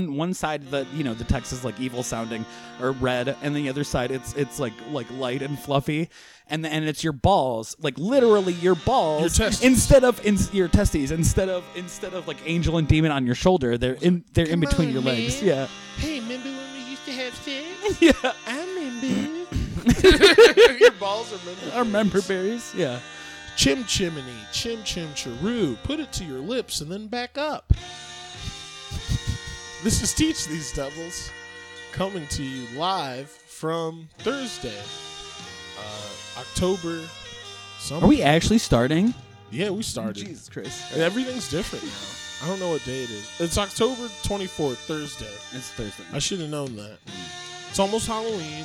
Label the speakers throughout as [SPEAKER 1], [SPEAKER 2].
[SPEAKER 1] one side that you know the text is like evil sounding or red, and the other side it's it's like like light and fluffy, and and it's your balls, like literally your balls,
[SPEAKER 2] Your testes.
[SPEAKER 1] instead of in, your testes, instead of instead of like angel and demon on your shoulder, they're in they're in
[SPEAKER 2] Come
[SPEAKER 1] between
[SPEAKER 2] on,
[SPEAKER 1] your legs.
[SPEAKER 2] man.
[SPEAKER 1] Yeah,
[SPEAKER 2] Hey, remember when we used to have sex?
[SPEAKER 1] yeah.
[SPEAKER 2] I remember. Your balls are member.
[SPEAKER 1] Our member berries. Yeah.
[SPEAKER 2] Chim chimney, chim chim chiroo. Put it to your lips and then back up. This is Teach These Devils coming to you live from Thursday, uh, October. Some
[SPEAKER 1] Are we actually starting?
[SPEAKER 2] Yeah, we started.
[SPEAKER 1] Christ.
[SPEAKER 2] And everything's different now. I don't know what day it is. It's October 24th, Thursday.
[SPEAKER 1] It's Thursday.
[SPEAKER 2] I should have known that. It's almost Halloween,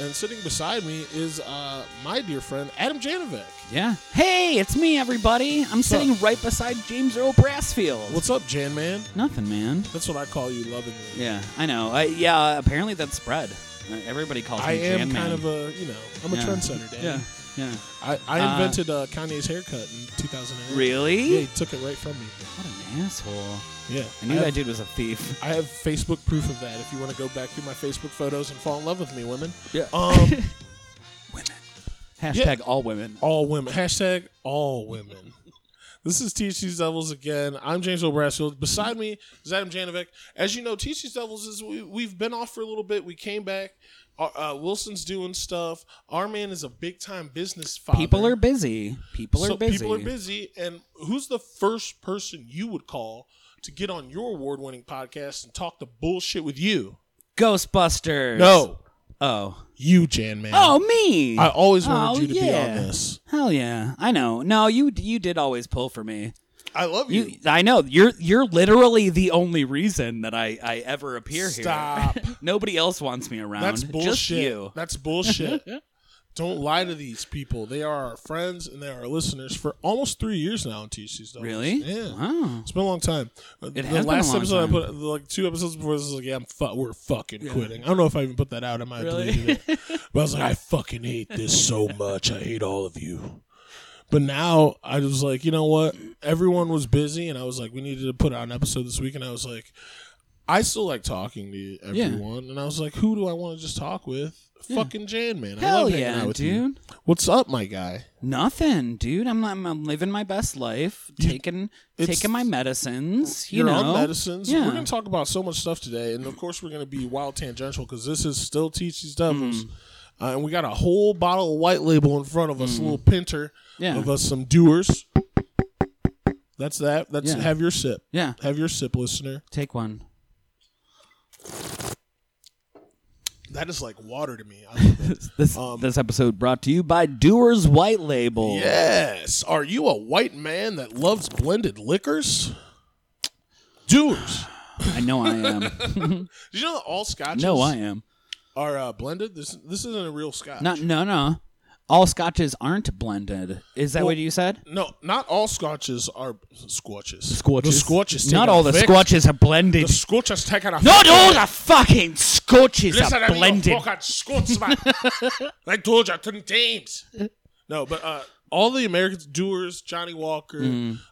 [SPEAKER 2] and sitting beside me is uh, my dear friend Adam Janovic.
[SPEAKER 1] Yeah. Hey, it's me, everybody. I'm sitting right beside James Earl Brassfield.
[SPEAKER 2] What's up, Jan Man?
[SPEAKER 1] Nothing, man.
[SPEAKER 2] That's what I call you lovingly.
[SPEAKER 1] Yeah, I know. I, yeah, apparently that's spread. Uh, Everybody calls me
[SPEAKER 2] I am
[SPEAKER 1] Jan
[SPEAKER 2] kind
[SPEAKER 1] Man.
[SPEAKER 2] of a you know I'm a
[SPEAKER 1] Yeah.
[SPEAKER 2] trendsetter, Dad.
[SPEAKER 1] Yeah, yeah.
[SPEAKER 2] I,
[SPEAKER 1] Uh,
[SPEAKER 2] I invented uh, Kanye's haircut in 2008.
[SPEAKER 1] Really?
[SPEAKER 2] Yeah, he took it right from me.
[SPEAKER 1] What an asshole.
[SPEAKER 2] Yeah,
[SPEAKER 1] I knew
[SPEAKER 2] have,
[SPEAKER 1] that dude was a thief.
[SPEAKER 2] I have Facebook proof of that. If you want to go back through my Facebook photos and fall in love with me, women.
[SPEAKER 1] Yeah.
[SPEAKER 2] Um,
[SPEAKER 1] Hashtag all women.
[SPEAKER 2] all women. Hashtag all women. This is Teach These Devils again. I'm James O'Brasfield. Beside me is Adam Janovic. As you know, Teach These Devils is we, we've been off for a little bit. We came back. Our- Uh, Wilson's doing stuff. Our man is a big time business father.
[SPEAKER 1] People are busy. People are
[SPEAKER 2] So
[SPEAKER 1] busy.
[SPEAKER 2] People are busy. And who's the first person you would call to get on your award winning podcast and talk the bullshit with you?
[SPEAKER 1] Ghostbusters.
[SPEAKER 2] No,
[SPEAKER 1] Oh.
[SPEAKER 2] you, Jan man.
[SPEAKER 1] Oh, me.
[SPEAKER 2] I always wanted
[SPEAKER 1] Oh,
[SPEAKER 2] you to
[SPEAKER 1] yeah.
[SPEAKER 2] be on this.
[SPEAKER 1] Hell yeah. I know. No, you you did always pull for me.
[SPEAKER 2] I love you.
[SPEAKER 1] You, I know you're you're literally the only reason that I I ever appear
[SPEAKER 2] Stop.
[SPEAKER 1] here. Nobody else wants me around.
[SPEAKER 2] That's
[SPEAKER 1] Just
[SPEAKER 2] bullshit.
[SPEAKER 1] you.
[SPEAKER 2] That's bullshit. Don't lie to these people. They are our friends and they are our listeners for almost three years now on TC's. Doubles.
[SPEAKER 1] Really?
[SPEAKER 2] Yeah.
[SPEAKER 1] Wow.
[SPEAKER 2] It's been a long time. Uh, the
[SPEAKER 1] has been a
[SPEAKER 2] last
[SPEAKER 1] long
[SPEAKER 2] episode
[SPEAKER 1] time.
[SPEAKER 2] I put, like two episodes before this, I was like, yeah, I'm fu- we're fucking quitting. I don't know if I even put that out. I might have
[SPEAKER 1] Really?
[SPEAKER 2] deleted it. But I was like, I fucking hate this so much. I hate all of you. But now I was like, you know what? Everyone was busy, and I was like, we needed to put out an episode this week. And I was like, I still like talking to everyone. And I was like, who do I want to just talk with? Fucking Jan, man. I
[SPEAKER 1] Hell
[SPEAKER 2] love hanging
[SPEAKER 1] yeah,
[SPEAKER 2] out with
[SPEAKER 1] dude.
[SPEAKER 2] you. What's up, my guy?
[SPEAKER 1] Nothing, dude. I'm, I'm I'm living my best life, taking
[SPEAKER 2] it's-
[SPEAKER 1] taking my medicines. You
[SPEAKER 2] You're
[SPEAKER 1] know,
[SPEAKER 2] on medicines.
[SPEAKER 1] Yeah.
[SPEAKER 2] We're going to talk about so much stuff today, and of course, we're going to be wild tangential because this is still Teach These Devils,
[SPEAKER 1] Mm-hmm.
[SPEAKER 2] uh, and we got a whole bottle of White Label in front of us, a little pinter
[SPEAKER 1] Yeah.
[SPEAKER 2] of us, some doers. That's that. That's
[SPEAKER 1] Yeah.
[SPEAKER 2] have your sip.
[SPEAKER 1] yeah.
[SPEAKER 2] Have your sip, listener.
[SPEAKER 1] Take one.
[SPEAKER 2] That is like water to me. I love it.
[SPEAKER 1] This this episode brought to you by Doers White Label.
[SPEAKER 2] yes. Are you a white man that loves blended liquors? Doers.
[SPEAKER 1] I know I am.
[SPEAKER 2] Did you know that all scotches
[SPEAKER 1] no, I am
[SPEAKER 2] are uh, blended? This this isn't a real scotch.
[SPEAKER 1] not. No, no. All scotches aren't blended. Is that what you said?
[SPEAKER 2] No, not all scotches are squatches.
[SPEAKER 1] Squatches.
[SPEAKER 2] The squatches.
[SPEAKER 1] Not all the scotches are blended.
[SPEAKER 2] The squatches taking a.
[SPEAKER 1] Not all the fucking scotches
[SPEAKER 2] Listen
[SPEAKER 1] are
[SPEAKER 2] to me,
[SPEAKER 1] blended.
[SPEAKER 2] you fucking Scotsman. I told you, ten times. No, but uh, all the Americans, Doers, Johnny Walker,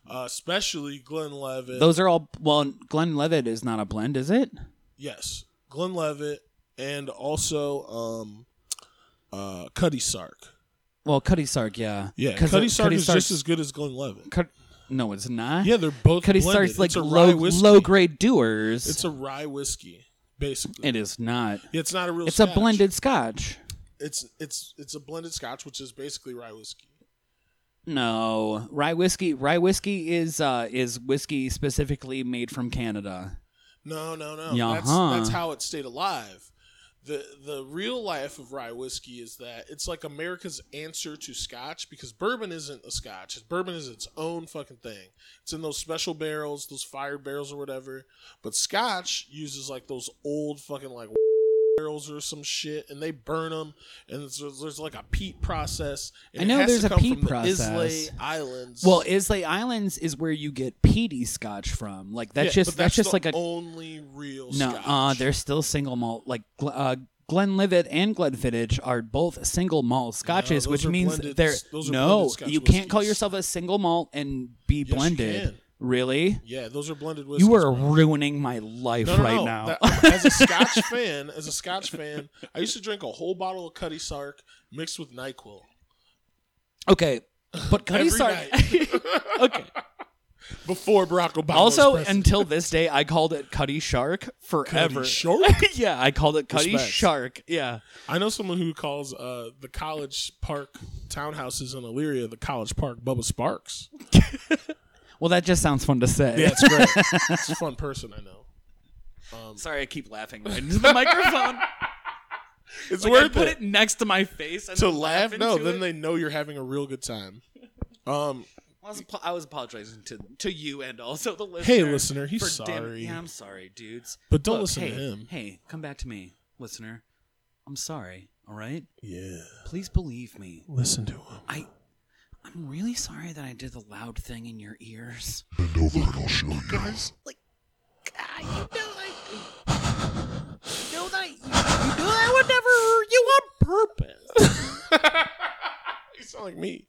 [SPEAKER 2] uh, especially Glenn Levitt.
[SPEAKER 1] Mm. Those are all. Well, Glenn Levitt is not a blend, is it?
[SPEAKER 2] yes, Glenn Levitt, and also um, uh, Cuddy Sark.
[SPEAKER 1] Well, Cuddy Sark, yeah.
[SPEAKER 2] Yeah,
[SPEAKER 1] 'Cause
[SPEAKER 2] Cuddy
[SPEAKER 1] it-
[SPEAKER 2] Sark
[SPEAKER 1] Cutty
[SPEAKER 2] is
[SPEAKER 1] Sark's-
[SPEAKER 2] just as good as Glen Levitt.
[SPEAKER 1] Cut- no, it's not.
[SPEAKER 2] Yeah, they're both.
[SPEAKER 1] Cuddy
[SPEAKER 2] blended.
[SPEAKER 1] Sark's like
[SPEAKER 2] it's a
[SPEAKER 1] low
[SPEAKER 2] rye whiskey.
[SPEAKER 1] low grade doers.
[SPEAKER 2] It's a rye whiskey, basically.
[SPEAKER 1] it is not.
[SPEAKER 2] Yeah, it's not a real.
[SPEAKER 1] It's a
[SPEAKER 2] scotch.
[SPEAKER 1] blended scotch.
[SPEAKER 2] It's it's it's a blended Scotch, which is basically rye whiskey.
[SPEAKER 1] No, rye whiskey. Rye whiskey is uh, is whiskey specifically made from Canada.
[SPEAKER 2] No, no, no.
[SPEAKER 1] Yeah,
[SPEAKER 2] That's
[SPEAKER 1] huh.
[SPEAKER 2] that's how it stayed alive. The the real life of rye whiskey is that it's like America's answer to Scotch because bourbon isn't a Scotch. Bourbon is its own fucking thing. It's in those special barrels, those fired barrels or whatever. But Scotch uses like those old fucking like barrels or some shit, and they burn them. And there's, there's like a peat process. And
[SPEAKER 1] I
[SPEAKER 2] it
[SPEAKER 1] know
[SPEAKER 2] has to
[SPEAKER 1] there's a
[SPEAKER 2] come
[SPEAKER 1] peat
[SPEAKER 2] from
[SPEAKER 1] process.
[SPEAKER 2] The Islay Islands.
[SPEAKER 1] Well, Islay Islands is where you get peaty scotch from. Like that's
[SPEAKER 2] Yeah,
[SPEAKER 1] just
[SPEAKER 2] but
[SPEAKER 1] that's, just
[SPEAKER 2] the
[SPEAKER 1] like a
[SPEAKER 2] only real
[SPEAKER 1] no.
[SPEAKER 2] Scotch.
[SPEAKER 1] Uh, they're still single malt. Like Gl- uh, Glenlivet and Glenfiddich are both single malt scotches,
[SPEAKER 2] those
[SPEAKER 1] which
[SPEAKER 2] are
[SPEAKER 1] means
[SPEAKER 2] blended-
[SPEAKER 1] they're
[SPEAKER 2] those are
[SPEAKER 1] no.
[SPEAKER 2] blended Scotch
[SPEAKER 1] You can't call
[SPEAKER 2] whiskeys.
[SPEAKER 1] yourself a single malt and be
[SPEAKER 2] Yes, you
[SPEAKER 1] blended.
[SPEAKER 2] can.
[SPEAKER 1] Really?
[SPEAKER 2] Yeah, those are blended whiskeys.
[SPEAKER 1] You are
[SPEAKER 2] bro.
[SPEAKER 1] ruining my life
[SPEAKER 2] No, no,
[SPEAKER 1] right
[SPEAKER 2] no.
[SPEAKER 1] now.
[SPEAKER 2] That- as a Scotch fan, as a Scotch fan, I used to drink a whole bottle of Cutty Sark mixed with Nyquil.
[SPEAKER 1] okay. But Cuddy
[SPEAKER 2] Every
[SPEAKER 1] Sark. okay.
[SPEAKER 2] before Barack Obama.
[SPEAKER 1] Also,
[SPEAKER 2] was president.
[SPEAKER 1] until this day, I called it Cuddy Shark forever.
[SPEAKER 2] Cutty Sark?
[SPEAKER 1] yeah, I called it Cuddy
[SPEAKER 2] Respect.
[SPEAKER 1] Shark. Yeah.
[SPEAKER 2] I know someone who calls uh, the college park townhouses in Elyria the college park Bubba Sparks.
[SPEAKER 1] Well, that just sounds fun to say.
[SPEAKER 2] Yeah, it's great. it's a fun person I know.
[SPEAKER 1] Sorry, I keep laughing right into the microphone.
[SPEAKER 2] It's
[SPEAKER 1] Like, I
[SPEAKER 2] worth
[SPEAKER 1] put
[SPEAKER 2] it
[SPEAKER 1] it next to my face and
[SPEAKER 2] to
[SPEAKER 1] then
[SPEAKER 2] laugh. No,
[SPEAKER 1] into
[SPEAKER 2] then
[SPEAKER 1] it.
[SPEAKER 2] they know you're having a real good time. Um,
[SPEAKER 1] I was, apo- I was apologizing to to you and also the listener.
[SPEAKER 2] hey, listener, he's
[SPEAKER 1] for dim-
[SPEAKER 2] sorry,
[SPEAKER 1] yeah, I'm sorry, dudes.
[SPEAKER 2] but don't
[SPEAKER 1] Look,
[SPEAKER 2] listen
[SPEAKER 1] hey,
[SPEAKER 2] to him.
[SPEAKER 1] Hey, come back to me, listener. I'm sorry. All right,
[SPEAKER 2] Yeah,
[SPEAKER 1] please believe me.
[SPEAKER 2] listen to him.
[SPEAKER 1] I I'm really sorry that I did the loud thing in your ears.
[SPEAKER 3] Bend over and I'll show you. Guys,
[SPEAKER 1] Like, God, you know I. You know that you, you do that whenever you on purpose.
[SPEAKER 2] You sound like me.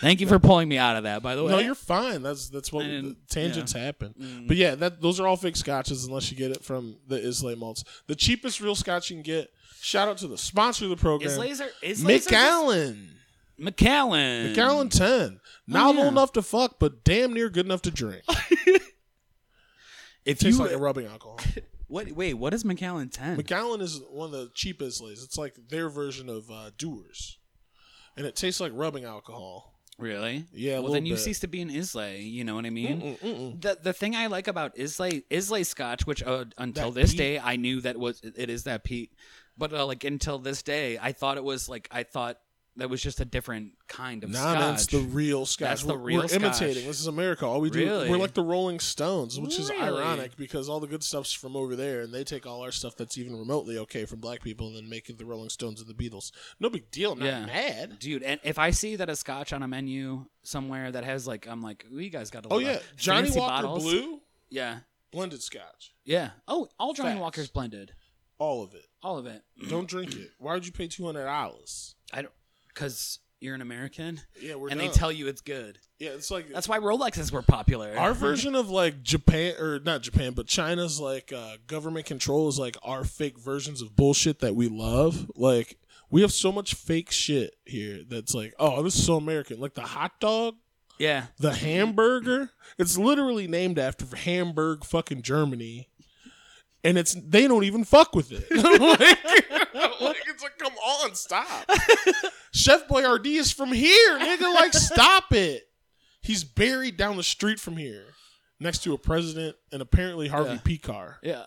[SPEAKER 1] Thank you for pulling me out of that, by the way.
[SPEAKER 2] No, you're fine. That's that's what
[SPEAKER 1] I didn't- Mm.
[SPEAKER 2] tangents happen. But yeah, that those are all fake scotches unless you get it from the Islay malts. The cheapest real scotch you can get. Shout out to the sponsor of the program,
[SPEAKER 1] Is laser is
[SPEAKER 2] Mick
[SPEAKER 1] laser
[SPEAKER 2] Allen.
[SPEAKER 1] McAllen.
[SPEAKER 2] Mick Allen ten. Novel
[SPEAKER 1] Oh, yeah.
[SPEAKER 2] enough to fuck, but damn near good enough to drink.
[SPEAKER 1] If
[SPEAKER 2] Tastes
[SPEAKER 1] you
[SPEAKER 2] like a rubbing alcohol.
[SPEAKER 1] what wait, what is McAllen ten?
[SPEAKER 2] McAllen is one of the cheapest Islays. It's like their version of uh, Doers, and it tastes like rubbing alcohol.
[SPEAKER 1] really?
[SPEAKER 2] Yeah, a
[SPEAKER 1] Well,
[SPEAKER 2] little
[SPEAKER 1] then you
[SPEAKER 2] bit.
[SPEAKER 1] cease to be an Islay. You know what I mean?
[SPEAKER 2] Mm, mm, mm.
[SPEAKER 1] The the thing I like about Islay Islay Scotch, which uh, until
[SPEAKER 2] That
[SPEAKER 1] this
[SPEAKER 2] peat.
[SPEAKER 1] day I knew that was it is that peat, but uh, like until this day I thought it was like I thought that was just a different kind of
[SPEAKER 2] Nah,
[SPEAKER 1] Scotch.
[SPEAKER 2] man, it's the real Scotch.
[SPEAKER 1] That's the
[SPEAKER 2] we're,
[SPEAKER 1] real
[SPEAKER 2] we're
[SPEAKER 1] Scotch.
[SPEAKER 2] imitating. This is America. All we do,
[SPEAKER 1] Really?
[SPEAKER 2] we're like the Rolling Stones, which is
[SPEAKER 1] Really?
[SPEAKER 2] ironic because all the good stuff's from over there, and they take all our stuff that's even remotely okay from black people, and then make it the Rolling Stones and the Beatles. No big deal. I'm not
[SPEAKER 1] Yeah.
[SPEAKER 2] mad.
[SPEAKER 1] Dude, and if I see that a Scotch on a menu somewhere that has like I'm like, "Ooh, you guys got a
[SPEAKER 2] Oh
[SPEAKER 1] lot
[SPEAKER 2] yeah,
[SPEAKER 1] of
[SPEAKER 2] Johnny
[SPEAKER 1] fancy
[SPEAKER 2] Walker
[SPEAKER 1] bottles."
[SPEAKER 2] Blue
[SPEAKER 1] Yeah,
[SPEAKER 2] blended Scotch,
[SPEAKER 1] yeah. Oh, all Johnny
[SPEAKER 2] Facts.
[SPEAKER 1] Walker's blended,
[SPEAKER 2] all of it.
[SPEAKER 1] all of it.
[SPEAKER 2] Don't drink it. Why would you pay two hundred dollars?
[SPEAKER 1] I don't because you're an American
[SPEAKER 2] Yeah, we're
[SPEAKER 1] and they
[SPEAKER 2] dumb.
[SPEAKER 1] tell you it's good.
[SPEAKER 2] yeah, it's like
[SPEAKER 1] That's why Rolexes were popular.
[SPEAKER 2] Our version of like Japan or not Japan, but China's like uh, government control is like our fake versions of bullshit that we love. Like we have so much fake shit here that's like, oh, this is so American. Like the hot dog,
[SPEAKER 1] yeah,
[SPEAKER 2] the hamburger. It's literally named after Hamburg, fucking Germany, and it's they don't even fuck with it. like, like, it's like, come on, stop. Chef Boyardee is from here, nigga. Like, stop it. He's buried down the street from here, next to a president and apparently Harvey
[SPEAKER 1] Yeah.
[SPEAKER 2] Picar.
[SPEAKER 1] yeah.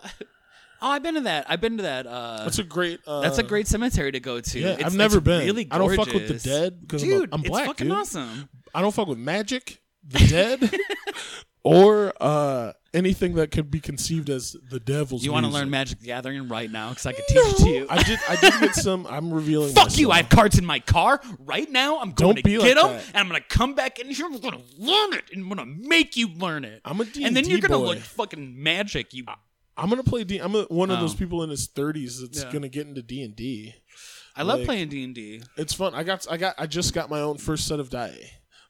[SPEAKER 1] Oh, I've been to that. I've been to that. Uh,
[SPEAKER 2] That's a great. Uh,
[SPEAKER 1] that's a great cemetery to go to.
[SPEAKER 2] Yeah,
[SPEAKER 1] It's-
[SPEAKER 2] I've never
[SPEAKER 1] it's
[SPEAKER 2] been.
[SPEAKER 1] Really
[SPEAKER 2] I don't fuck with the
[SPEAKER 1] gorgeous.
[SPEAKER 2] dead because I'm, a-
[SPEAKER 1] Dude,
[SPEAKER 2] I'm black,
[SPEAKER 1] it's fucking
[SPEAKER 2] dude.
[SPEAKER 1] awesome.
[SPEAKER 2] I don't fuck with magic, the dead, or uh, anything that could be conceived as the devil's.
[SPEAKER 1] You want to
[SPEAKER 2] music.
[SPEAKER 1] learn Magic the Gathering right now? Because I could teach it to you.
[SPEAKER 2] I did. I did get some. I'm revealing.
[SPEAKER 1] Fuck you! I have
[SPEAKER 2] myself.
[SPEAKER 1] cards in my car right now. I'm going
[SPEAKER 2] Don't
[SPEAKER 1] to
[SPEAKER 2] be like
[SPEAKER 1] get them,
[SPEAKER 2] that.
[SPEAKER 1] and I'm going to come back in here. I'm going to learn it, and I'm going to make you learn it.
[SPEAKER 2] I'm Ah, a
[SPEAKER 1] and then
[SPEAKER 2] D&D
[SPEAKER 1] you're gonna
[SPEAKER 2] boy.
[SPEAKER 1] look fucking magic. You
[SPEAKER 2] I'm gonna play D. I'm a, one of
[SPEAKER 1] Oh.
[SPEAKER 2] those people in his 30s that's
[SPEAKER 1] Yeah.
[SPEAKER 2] gonna get into D and D.
[SPEAKER 1] I love
[SPEAKER 2] Like-
[SPEAKER 1] playing D and D.
[SPEAKER 2] It's fun. I got. I got. I just got my own first set of die.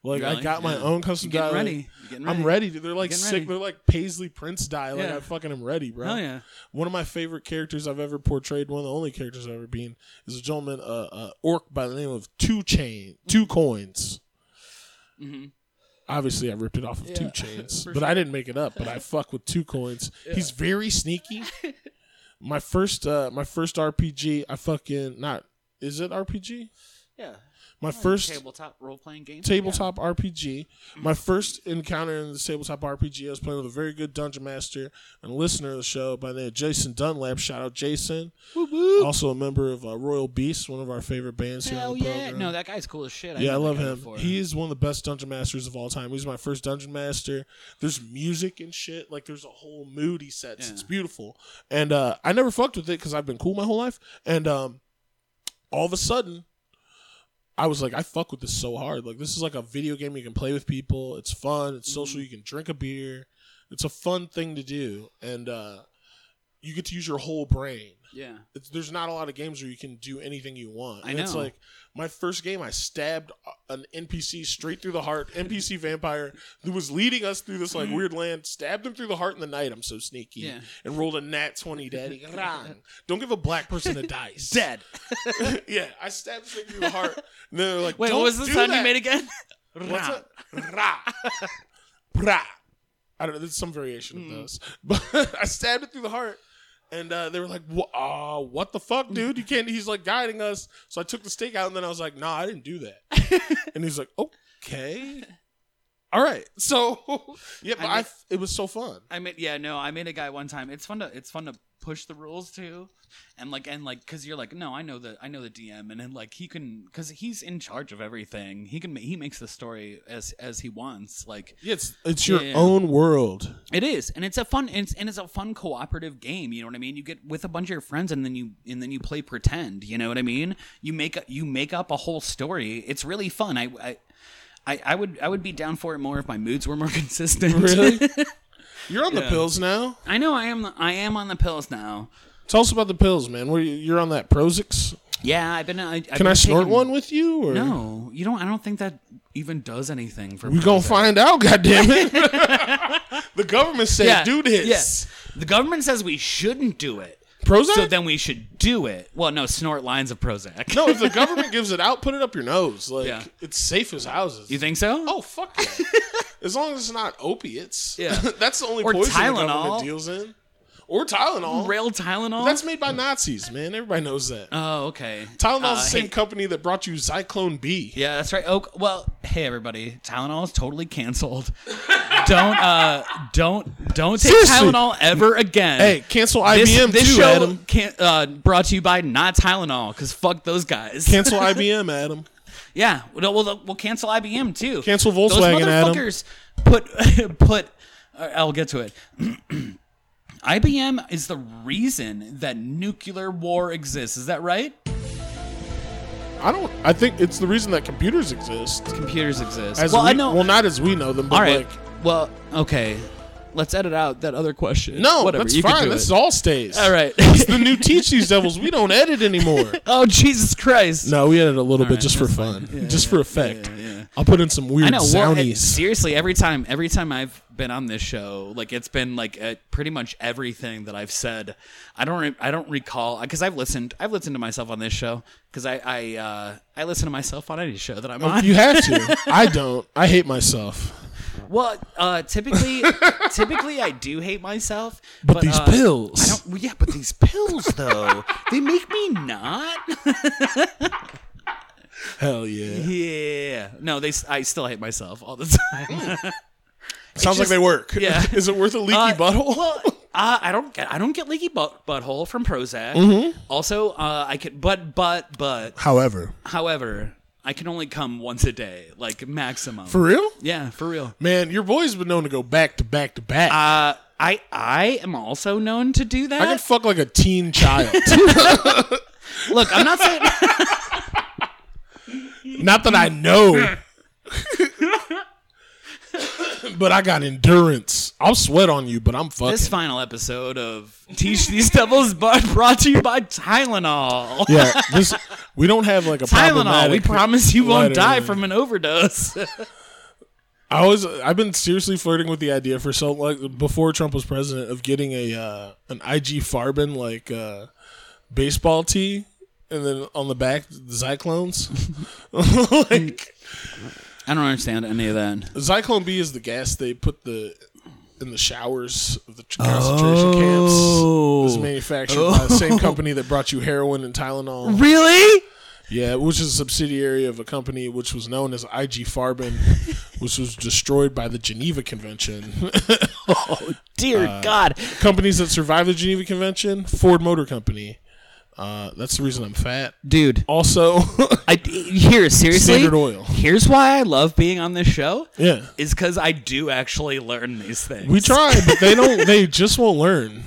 [SPEAKER 2] Like I
[SPEAKER 1] Really?
[SPEAKER 2] got my
[SPEAKER 1] Yeah.
[SPEAKER 2] own custom die.
[SPEAKER 1] Getting
[SPEAKER 2] like,
[SPEAKER 1] ready. Getting
[SPEAKER 2] I'm ready. dude. They're like
[SPEAKER 1] Getting
[SPEAKER 2] sick.
[SPEAKER 1] ready.
[SPEAKER 2] They're like Paisley Prince die. Like
[SPEAKER 1] Yeah.
[SPEAKER 2] I fucking am ready, bro.
[SPEAKER 1] Hell yeah.
[SPEAKER 2] One of my favorite characters I've ever portrayed. One of the only characters I've ever been is a gentleman, uh, uh, orc by the name of Two Chain, Two Coins.
[SPEAKER 1] Mhm.
[SPEAKER 2] Obviously, I ripped it off of Two
[SPEAKER 1] Yeah,
[SPEAKER 2] Chains,
[SPEAKER 1] for
[SPEAKER 2] but I didn't make it up. But I fuck with Two Coins. He's very sneaky. my first, uh, my first RPG, I fucking not. Is it RPG?
[SPEAKER 1] Yeah.
[SPEAKER 2] My first
[SPEAKER 1] tabletop role playing game.
[SPEAKER 2] tabletop RPG. My first encounter in this tabletop RPG, I was playing with a very good dungeon master and listener of the show by the name of Jason Dunlap. Shout out Jason. Also a member of uh, Royal Beast, one of our favorite bands here
[SPEAKER 1] Hell
[SPEAKER 2] on the
[SPEAKER 1] yeah!
[SPEAKER 2] program.
[SPEAKER 1] No, that guy's cool as shit. I
[SPEAKER 2] yeah,
[SPEAKER 1] met that
[SPEAKER 2] I love
[SPEAKER 1] guy
[SPEAKER 2] him.
[SPEAKER 1] before.
[SPEAKER 2] He is one of the best dungeon masters of all time. He's my first dungeon master. There's music and shit. Like there's a whole mood he sets.
[SPEAKER 1] Yeah.
[SPEAKER 2] It's beautiful. And uh, I never fucked with it because I've been cool my whole life. And um, all of a sudden, I was like, I fuck with this so hard. Like this is like a video game you can play with people. It's
[SPEAKER 1] Mm-hmm.
[SPEAKER 2] fun. It's social. You can drink a beer. It's a fun thing to do. And uh, you get to use your whole brain.
[SPEAKER 1] Yeah.
[SPEAKER 2] It's, there's not a lot of games where you can do anything you want.
[SPEAKER 1] I
[SPEAKER 2] And It's
[SPEAKER 1] know.
[SPEAKER 2] like my first game, I stabbed an NPC straight through the heart. NPC vampire who was leading us through this like weird land, stabbed him through the heart in the night. I'm so sneaky.
[SPEAKER 1] Yeah.
[SPEAKER 2] And rolled a nat twenty, daddy. Rang. Don't give a black person a dice.
[SPEAKER 1] Dead.
[SPEAKER 2] yeah, I stabbed this thing through the heart. And then they're like,
[SPEAKER 1] Wait,
[SPEAKER 2] Don't
[SPEAKER 1] what was the
[SPEAKER 2] do
[SPEAKER 1] sound
[SPEAKER 2] that.
[SPEAKER 1] you made again?
[SPEAKER 2] What's
[SPEAKER 1] Rah.
[SPEAKER 2] it? Ra. Ra. I don't know. There's some variation
[SPEAKER 1] Hmm.
[SPEAKER 2] of those. But I stabbed it through the heart. And uh, they were like, "Wha- uh, what the
[SPEAKER 1] Hmm.
[SPEAKER 2] fuck, dude? You can't. He's like guiding us. So I took the stake out and then I was like, nah, I didn't do that. and he's like, okay. All right. So, yeah, but
[SPEAKER 1] I
[SPEAKER 2] I,
[SPEAKER 1] mean-
[SPEAKER 2] it was so fun.
[SPEAKER 1] I mean, yeah, no, I made a guy one time. It's fun to it's fun to push the rules too, and like and like because you're like, no, I know the I know the DM, and then like he can because he's in charge of everything. He can ma- he makes the story as as he wants. Like
[SPEAKER 2] Yeah, it's, it's your
[SPEAKER 1] Yeah.
[SPEAKER 2] own world.
[SPEAKER 1] it is, and it's a fun and it's, and it's a fun cooperative game. You know what I mean? You get with a bunch of your friends, and then you and then you play pretend. You know what I mean? You make a- you make up a whole story. It's really fun. I. I I, I would I would be down for it more if my moods were more consistent.
[SPEAKER 2] Really? You're on the
[SPEAKER 1] Yeah.
[SPEAKER 2] pills now.
[SPEAKER 1] I know I am I am on the pills now.
[SPEAKER 2] Tell us about the pills, man. What are you, you're on that Prozix.
[SPEAKER 1] Yeah, I've been. I, I've
[SPEAKER 2] Can
[SPEAKER 1] been
[SPEAKER 2] I snort
[SPEAKER 1] taking-
[SPEAKER 2] one with you? Or?
[SPEAKER 1] No, you don't. I don't think that even does anything for.
[SPEAKER 2] We gonna find out, goddamn it! the government said, "Do this."
[SPEAKER 1] Yes, the government says we shouldn't do it,
[SPEAKER 2] Prozac.
[SPEAKER 1] so then we should do it. Well, no, snort lines of Prozac.
[SPEAKER 2] no, if the government gives it out, put it up your nose. Like
[SPEAKER 1] Yeah.
[SPEAKER 2] it's safe as houses.
[SPEAKER 1] you think so?
[SPEAKER 2] oh fuck yeah! as long as it's not opiates.
[SPEAKER 1] Yeah.
[SPEAKER 2] that's the only
[SPEAKER 1] Or
[SPEAKER 2] poison the
[SPEAKER 1] Tylenol.
[SPEAKER 2] government deals in. Or Tylenol.
[SPEAKER 1] rail Tylenol.
[SPEAKER 2] that's made by Nazis, man. Everybody knows that.
[SPEAKER 1] oh, okay.
[SPEAKER 2] Tylenol's
[SPEAKER 1] Uh,
[SPEAKER 2] the same
[SPEAKER 1] hey-
[SPEAKER 2] company that brought you Zyklone B.
[SPEAKER 1] yeah, that's right. Oh, well, hey everybody, Tylenol is totally canceled. don't, uh, don't, don't take
[SPEAKER 2] Seriously.
[SPEAKER 1] Tylenol ever again.
[SPEAKER 2] Hey, cancel
[SPEAKER 1] this,
[SPEAKER 2] IBM
[SPEAKER 1] this
[SPEAKER 2] too,
[SPEAKER 1] show
[SPEAKER 2] Adam.
[SPEAKER 1] Can, uh, brought to you by not Tylenol, because fuck those guys.
[SPEAKER 2] Cancel IBM, Adam.
[SPEAKER 1] Yeah, we'll, we'll, we'll cancel IBM too.
[SPEAKER 2] Cancel
[SPEAKER 1] Those
[SPEAKER 2] Volkswagen, Adam.
[SPEAKER 1] motherfuckers put put. uh, I'll get to it. IBM is the reason that nuclear war exists. Is that right?
[SPEAKER 2] I don't. I think it's the reason that computers exist.
[SPEAKER 1] Computers exist.
[SPEAKER 2] As
[SPEAKER 1] well,
[SPEAKER 2] we,
[SPEAKER 1] I know.
[SPEAKER 2] Well, not as we know them, but
[SPEAKER 1] all right.
[SPEAKER 2] like
[SPEAKER 1] well, okay. Let's edit out that other question.
[SPEAKER 2] No,
[SPEAKER 1] Whatever.
[SPEAKER 2] that's
[SPEAKER 1] you can
[SPEAKER 2] fine.
[SPEAKER 1] do
[SPEAKER 2] This
[SPEAKER 1] it.
[SPEAKER 2] all stays.
[SPEAKER 1] all right.
[SPEAKER 2] It's the new Teach These Devils. We don't edit anymore.
[SPEAKER 1] oh Jesus Christ!
[SPEAKER 2] No, we edit a little bit just for
[SPEAKER 1] that's
[SPEAKER 2] fun,
[SPEAKER 1] fine. Yeah,
[SPEAKER 2] just
[SPEAKER 1] yeah,
[SPEAKER 2] for effect.
[SPEAKER 1] yeah, yeah.
[SPEAKER 2] I'll put in some
[SPEAKER 1] I
[SPEAKER 2] weird
[SPEAKER 1] know. well, it-
[SPEAKER 2] soundies.
[SPEAKER 1] seriously, every time, every time I've been on this show, like it's been like uh pretty much everything that I've said. I don't, re- I don't recall because I've listened, I've listened to myself on this show because I, I, uh, I listen to myself on any show that I'm on.
[SPEAKER 2] Oh, you have to. I don't. I hate myself.
[SPEAKER 1] Well, uh, typically, typically I do hate myself,
[SPEAKER 2] But, these
[SPEAKER 1] uh, I
[SPEAKER 2] pills.
[SPEAKER 1] don't, well, yeah, but these pills though, they make me not.
[SPEAKER 2] Hell yeah.
[SPEAKER 1] yeah, no, they, s- I still hate myself all the time.
[SPEAKER 2] Sounds like
[SPEAKER 1] just-
[SPEAKER 2] they work.
[SPEAKER 1] yeah.
[SPEAKER 2] Is it worth a leaky
[SPEAKER 1] Uh,
[SPEAKER 2] butthole?
[SPEAKER 1] Well, uh, I don't get I don't get leaky butt, butthole from Prozac. Also, uh, I could but but but
[SPEAKER 2] However,
[SPEAKER 1] however, I can only come once a day, like maximum.
[SPEAKER 2] for real,
[SPEAKER 1] yeah, for real.
[SPEAKER 2] man, your boy's been known to go back to back to back.
[SPEAKER 1] Uh, I I am also known to do that.
[SPEAKER 2] I can fuck like a teen child.
[SPEAKER 1] Look, I'm not saying
[SPEAKER 2] Not that I know. but I got endurance. I'll sweat on you, but I'm fucking.
[SPEAKER 1] this final episode of Teach These Devils but brought to you by Tylenol.
[SPEAKER 2] yeah, this we don't have like a
[SPEAKER 1] Tylenol, we
[SPEAKER 2] problematic-
[SPEAKER 1] promise you won't
[SPEAKER 2] lighter
[SPEAKER 1] die
[SPEAKER 2] than-
[SPEAKER 1] from an overdose.
[SPEAKER 2] I was I've been seriously flirting with the idea for so like before Trump was president of getting a uh, an IG Farben like uh, baseball tee and then on the back Zyclones. like
[SPEAKER 1] I don't understand any of that.
[SPEAKER 2] Zyclone B is the gas they put the in the showers of the tr- concentration camps. It's manufactured by the same company that brought you heroin and Tylenol.
[SPEAKER 1] Really?
[SPEAKER 2] Yeah, which is a subsidiary of a company which was known as IG Farben, which was destroyed by the Geneva Convention.
[SPEAKER 1] Dear
[SPEAKER 2] Uh,
[SPEAKER 1] God.
[SPEAKER 2] Companies that survived the Geneva Convention: Ford Motor Company. Uh, that's the reason I'm fat.
[SPEAKER 1] Dude.
[SPEAKER 2] Also,
[SPEAKER 1] I here seriously.
[SPEAKER 2] Standard Oil.
[SPEAKER 1] Here's why I love being on this show.
[SPEAKER 2] yeah,
[SPEAKER 1] Is because I do actually learn these things.
[SPEAKER 2] we try, but they don't. They just won't learn.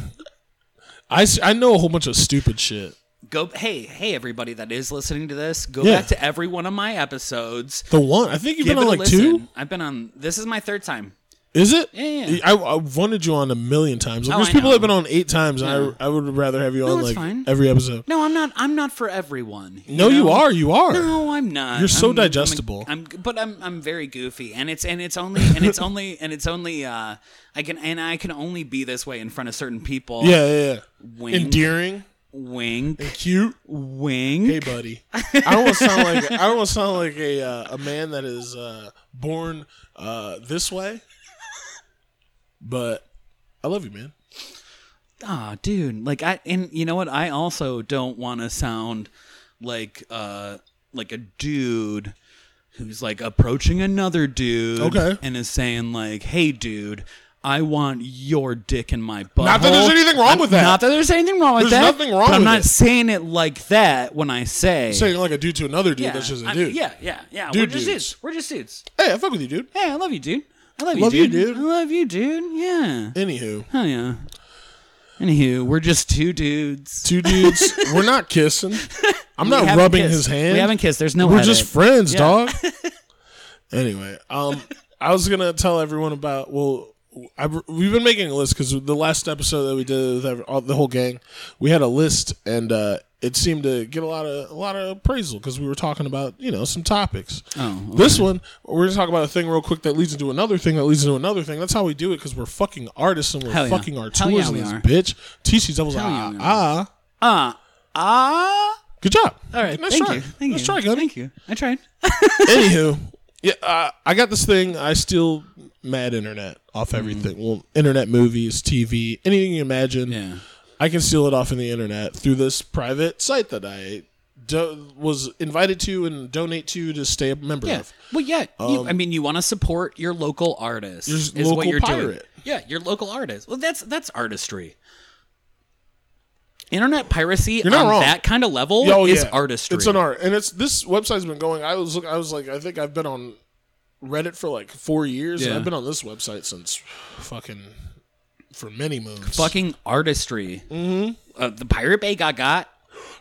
[SPEAKER 2] I, s- I know a whole bunch of stupid shit.
[SPEAKER 1] go. Hey, hey, everybody that is listening to this, go
[SPEAKER 2] Yeah.
[SPEAKER 1] back to every one of my episodes.
[SPEAKER 2] The one I think you've
[SPEAKER 1] Give
[SPEAKER 2] been
[SPEAKER 1] it
[SPEAKER 2] on
[SPEAKER 1] a
[SPEAKER 2] like
[SPEAKER 1] listen.
[SPEAKER 2] two.
[SPEAKER 1] I've been on. This is my third time.
[SPEAKER 2] Is it?
[SPEAKER 1] Yeah, yeah.
[SPEAKER 2] I, I wanted you on a million times. Like,
[SPEAKER 1] Oh,
[SPEAKER 2] there's
[SPEAKER 1] I know.
[SPEAKER 2] people that have been on eight times.
[SPEAKER 1] Yeah.
[SPEAKER 2] And I I would rather have you
[SPEAKER 1] No,
[SPEAKER 2] on
[SPEAKER 1] it's
[SPEAKER 2] like
[SPEAKER 1] fine.
[SPEAKER 2] every episode.
[SPEAKER 1] No, I'm not. I'm not for everyone.
[SPEAKER 2] No, you
[SPEAKER 1] know?
[SPEAKER 2] are. You are.
[SPEAKER 1] No, I'm not.
[SPEAKER 2] You're so
[SPEAKER 1] I'm- I'm a-
[SPEAKER 2] digestible.
[SPEAKER 1] I'm, but I'm I'm very goofy, and it's and it's only and it's only and it's only uh I can and I can only be this way in front of certain people.
[SPEAKER 2] Yeah, yeah, yeah.
[SPEAKER 1] wink,
[SPEAKER 2] Endearing,
[SPEAKER 1] wink,
[SPEAKER 2] cute.
[SPEAKER 1] wink.
[SPEAKER 2] Hey, buddy. I don't want to sound like I don't want to sound like a uh, a man that is uh, born uh, this way. But I love you, man.
[SPEAKER 1] Ah, dude. Like I and you know what? I also don't want to sound like uh like a dude who's like approaching another dude
[SPEAKER 2] Okay.
[SPEAKER 1] and is saying like, "Hey dude, I want your dick in my butt."
[SPEAKER 2] that there's anything wrong with that.
[SPEAKER 1] Uh-huh. Not that there's anything wrong with
[SPEAKER 2] There's
[SPEAKER 1] that.
[SPEAKER 2] nothing wrong
[SPEAKER 1] but I'm
[SPEAKER 2] with
[SPEAKER 1] not
[SPEAKER 2] it.
[SPEAKER 1] saying it like that when I say
[SPEAKER 2] Saying like a dude to another dude. That's just a
[SPEAKER 1] I-
[SPEAKER 2] dude.
[SPEAKER 1] yeah, yeah, yeah.
[SPEAKER 2] Dude
[SPEAKER 1] We're just
[SPEAKER 2] dudes.
[SPEAKER 1] dudes. We're just dudes.
[SPEAKER 2] Hey, I fuck with you, dude.
[SPEAKER 1] Hey, I love you, dude. I love you,
[SPEAKER 2] Love you,
[SPEAKER 1] dude.
[SPEAKER 2] dude.
[SPEAKER 1] I love you, dude. Yeah.
[SPEAKER 2] Anywho,
[SPEAKER 1] Oh yeah. Anywho, we're just two dudes.
[SPEAKER 2] two dudes. We're not kissing. I'm
[SPEAKER 1] We
[SPEAKER 2] not
[SPEAKER 1] haven't
[SPEAKER 2] rubbing
[SPEAKER 1] kissed.
[SPEAKER 2] his hand.
[SPEAKER 1] We haven't kissed. There's no.
[SPEAKER 2] We're
[SPEAKER 1] edit.
[SPEAKER 2] just friends,
[SPEAKER 1] Yeah.
[SPEAKER 2] dog. anyway, um, I was gonna tell everyone about. Well, I, we've been making a list because the last episode that we did with every, all, the whole gang, we had a list, and uh, it seemed to get a lot of a lot of appraisal because we were talking about you know some topics.
[SPEAKER 1] Oh, okay.
[SPEAKER 2] This one, we're gonna talk about a thing real quick that leads into another thing that leads into another thing. That's how we do it because we're fucking artists and we're
[SPEAKER 1] Hell yeah.
[SPEAKER 2] fucking
[SPEAKER 1] Hell
[SPEAKER 2] arteurs
[SPEAKER 1] yeah,
[SPEAKER 2] in
[SPEAKER 1] we
[SPEAKER 2] this
[SPEAKER 1] are.
[SPEAKER 2] bitch. TC doubles ah
[SPEAKER 1] yeah, we
[SPEAKER 2] ah.
[SPEAKER 1] Ah ah.
[SPEAKER 2] Good job.
[SPEAKER 1] All right.
[SPEAKER 2] Nice
[SPEAKER 1] thank
[SPEAKER 2] try.
[SPEAKER 1] you. Thank
[SPEAKER 2] nice
[SPEAKER 1] you.
[SPEAKER 2] try, Gunny.
[SPEAKER 1] Thank you. I tried.
[SPEAKER 2] Anywho, yeah, uh, I got this thing. I steal mad internet off
[SPEAKER 1] Mm.
[SPEAKER 2] everything. Well, internet movies, TV, anything you imagine.
[SPEAKER 1] Yeah.
[SPEAKER 2] I can steal it off in the internet through this private site that I do- was invited to and donate to to stay a member
[SPEAKER 1] Yeah.
[SPEAKER 2] of.
[SPEAKER 1] Well, yeah. you, I mean, you want to support your local artist. is
[SPEAKER 2] Um, local
[SPEAKER 1] what you're doing.
[SPEAKER 2] pirate.
[SPEAKER 1] Yeah, your local artist. Well, that's that's artistry. Internet piracy
[SPEAKER 2] not
[SPEAKER 1] on
[SPEAKER 2] wrong.
[SPEAKER 1] that kind of level
[SPEAKER 2] Oh,
[SPEAKER 1] is
[SPEAKER 2] yeah.
[SPEAKER 1] artistry.
[SPEAKER 2] It's an art, and it's this website's been going. I was look, I was like, I think I've been on Reddit for like four years, and
[SPEAKER 1] Yeah.
[SPEAKER 2] I've been on this website since fucking for many moons.
[SPEAKER 1] fucking artistry. Mm-hmm. Uh, the Pirate Bay got got.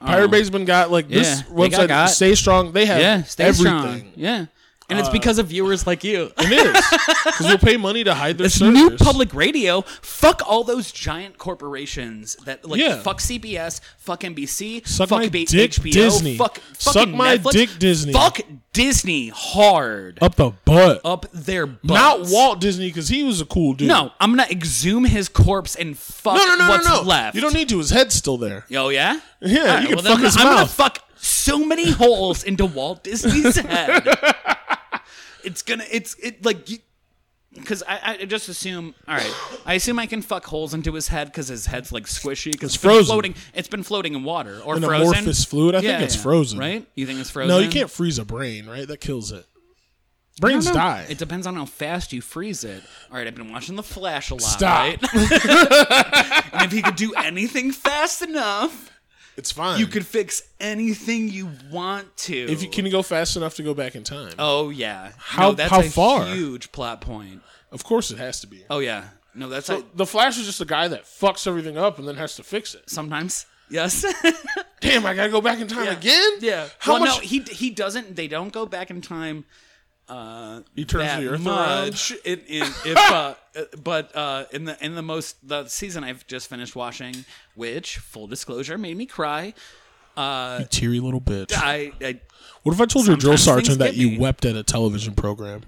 [SPEAKER 2] Pirate Bay's been got like this
[SPEAKER 1] Oh. Yeah, they
[SPEAKER 2] website.
[SPEAKER 1] got got.
[SPEAKER 2] Stay strong. They have
[SPEAKER 1] Yeah, stay
[SPEAKER 2] everything. Uh,
[SPEAKER 1] strong. Yeah, and it's because of viewers like you.
[SPEAKER 2] It is because we'll pay money to hide their
[SPEAKER 1] It's new
[SPEAKER 2] servers.
[SPEAKER 1] public radio. Fuck all those giant corporations that like
[SPEAKER 2] Yeah.
[SPEAKER 1] fuck CBS, fuck NBC,
[SPEAKER 2] Suck
[SPEAKER 1] fuck
[SPEAKER 2] my
[SPEAKER 1] B-
[SPEAKER 2] dick,
[SPEAKER 1] HBO,
[SPEAKER 2] Disney.
[SPEAKER 1] fuck
[SPEAKER 2] Suck
[SPEAKER 1] fucking
[SPEAKER 2] my
[SPEAKER 1] Netflix.
[SPEAKER 2] dick, Disney.
[SPEAKER 1] Fuck Disney hard
[SPEAKER 2] up the butt.
[SPEAKER 1] up their butts.
[SPEAKER 2] Not Walt Disney because he was a cool dude.
[SPEAKER 1] Oh. No, I'm gonna exhume his corpse and fuck
[SPEAKER 2] no, no, no,
[SPEAKER 1] what's
[SPEAKER 2] no, no.
[SPEAKER 1] left.
[SPEAKER 2] You don't need to. His head's still there.
[SPEAKER 1] Oh yeah.
[SPEAKER 2] Yeah,
[SPEAKER 1] All
[SPEAKER 2] you can
[SPEAKER 1] then
[SPEAKER 2] fuck his
[SPEAKER 1] I'm gonna- I'm
[SPEAKER 2] mouth.
[SPEAKER 1] gonna fuck so many holes into Walt Disney's head. it's gonna. It's it like. You, because I, I just assume, all right, I assume I can fuck holes into his head because his head's like squishy because it's been
[SPEAKER 2] frozen.
[SPEAKER 1] floating. It's been floating in water or
[SPEAKER 2] An
[SPEAKER 1] frozen.
[SPEAKER 2] amorphous fluid? I think
[SPEAKER 1] Yeah,
[SPEAKER 2] it's
[SPEAKER 1] yeah.
[SPEAKER 2] frozen.
[SPEAKER 1] right? You think it's frozen?
[SPEAKER 2] No, you can't freeze a brain. Right, that kills it.
[SPEAKER 1] I don't
[SPEAKER 2] Brains
[SPEAKER 1] know.
[SPEAKER 2] die.
[SPEAKER 1] It depends on how fast you freeze it. All right, I've been watching The Flash a lot.
[SPEAKER 2] Stop.
[SPEAKER 1] Right? and if he could do anything fast enough,
[SPEAKER 2] it's fine.
[SPEAKER 1] you could fix anything you want to.
[SPEAKER 2] if you can you go fast enough to go back in time.
[SPEAKER 1] Oh yeah.
[SPEAKER 2] How-
[SPEAKER 1] no, that's
[SPEAKER 2] how
[SPEAKER 1] a
[SPEAKER 2] far?
[SPEAKER 1] Huge plot point.
[SPEAKER 2] Of course, it has to be.
[SPEAKER 1] Oh yeah. No, that's a,
[SPEAKER 2] The Flash is just a guy that fucks everything up and then has to fix it.
[SPEAKER 1] sometimes. Yes.
[SPEAKER 2] Damn, I gotta go back in time again.
[SPEAKER 1] yeah.
[SPEAKER 2] How
[SPEAKER 1] well,
[SPEAKER 2] much?
[SPEAKER 1] no, he he doesn't. They don't go back in time. Uh,
[SPEAKER 2] He turns
[SPEAKER 1] that
[SPEAKER 2] the Earth
[SPEAKER 1] much. In, in, if, uh, uh, but uh, in the in the most the season I've just finished watching, which full disclosure made me cry.
[SPEAKER 2] around. You teary little bitch.
[SPEAKER 1] I, I
[SPEAKER 2] What if I told your drill
[SPEAKER 1] Sometimes
[SPEAKER 2] sergeant
[SPEAKER 1] things
[SPEAKER 2] that
[SPEAKER 1] get
[SPEAKER 2] you
[SPEAKER 1] me.
[SPEAKER 2] wept at a television program?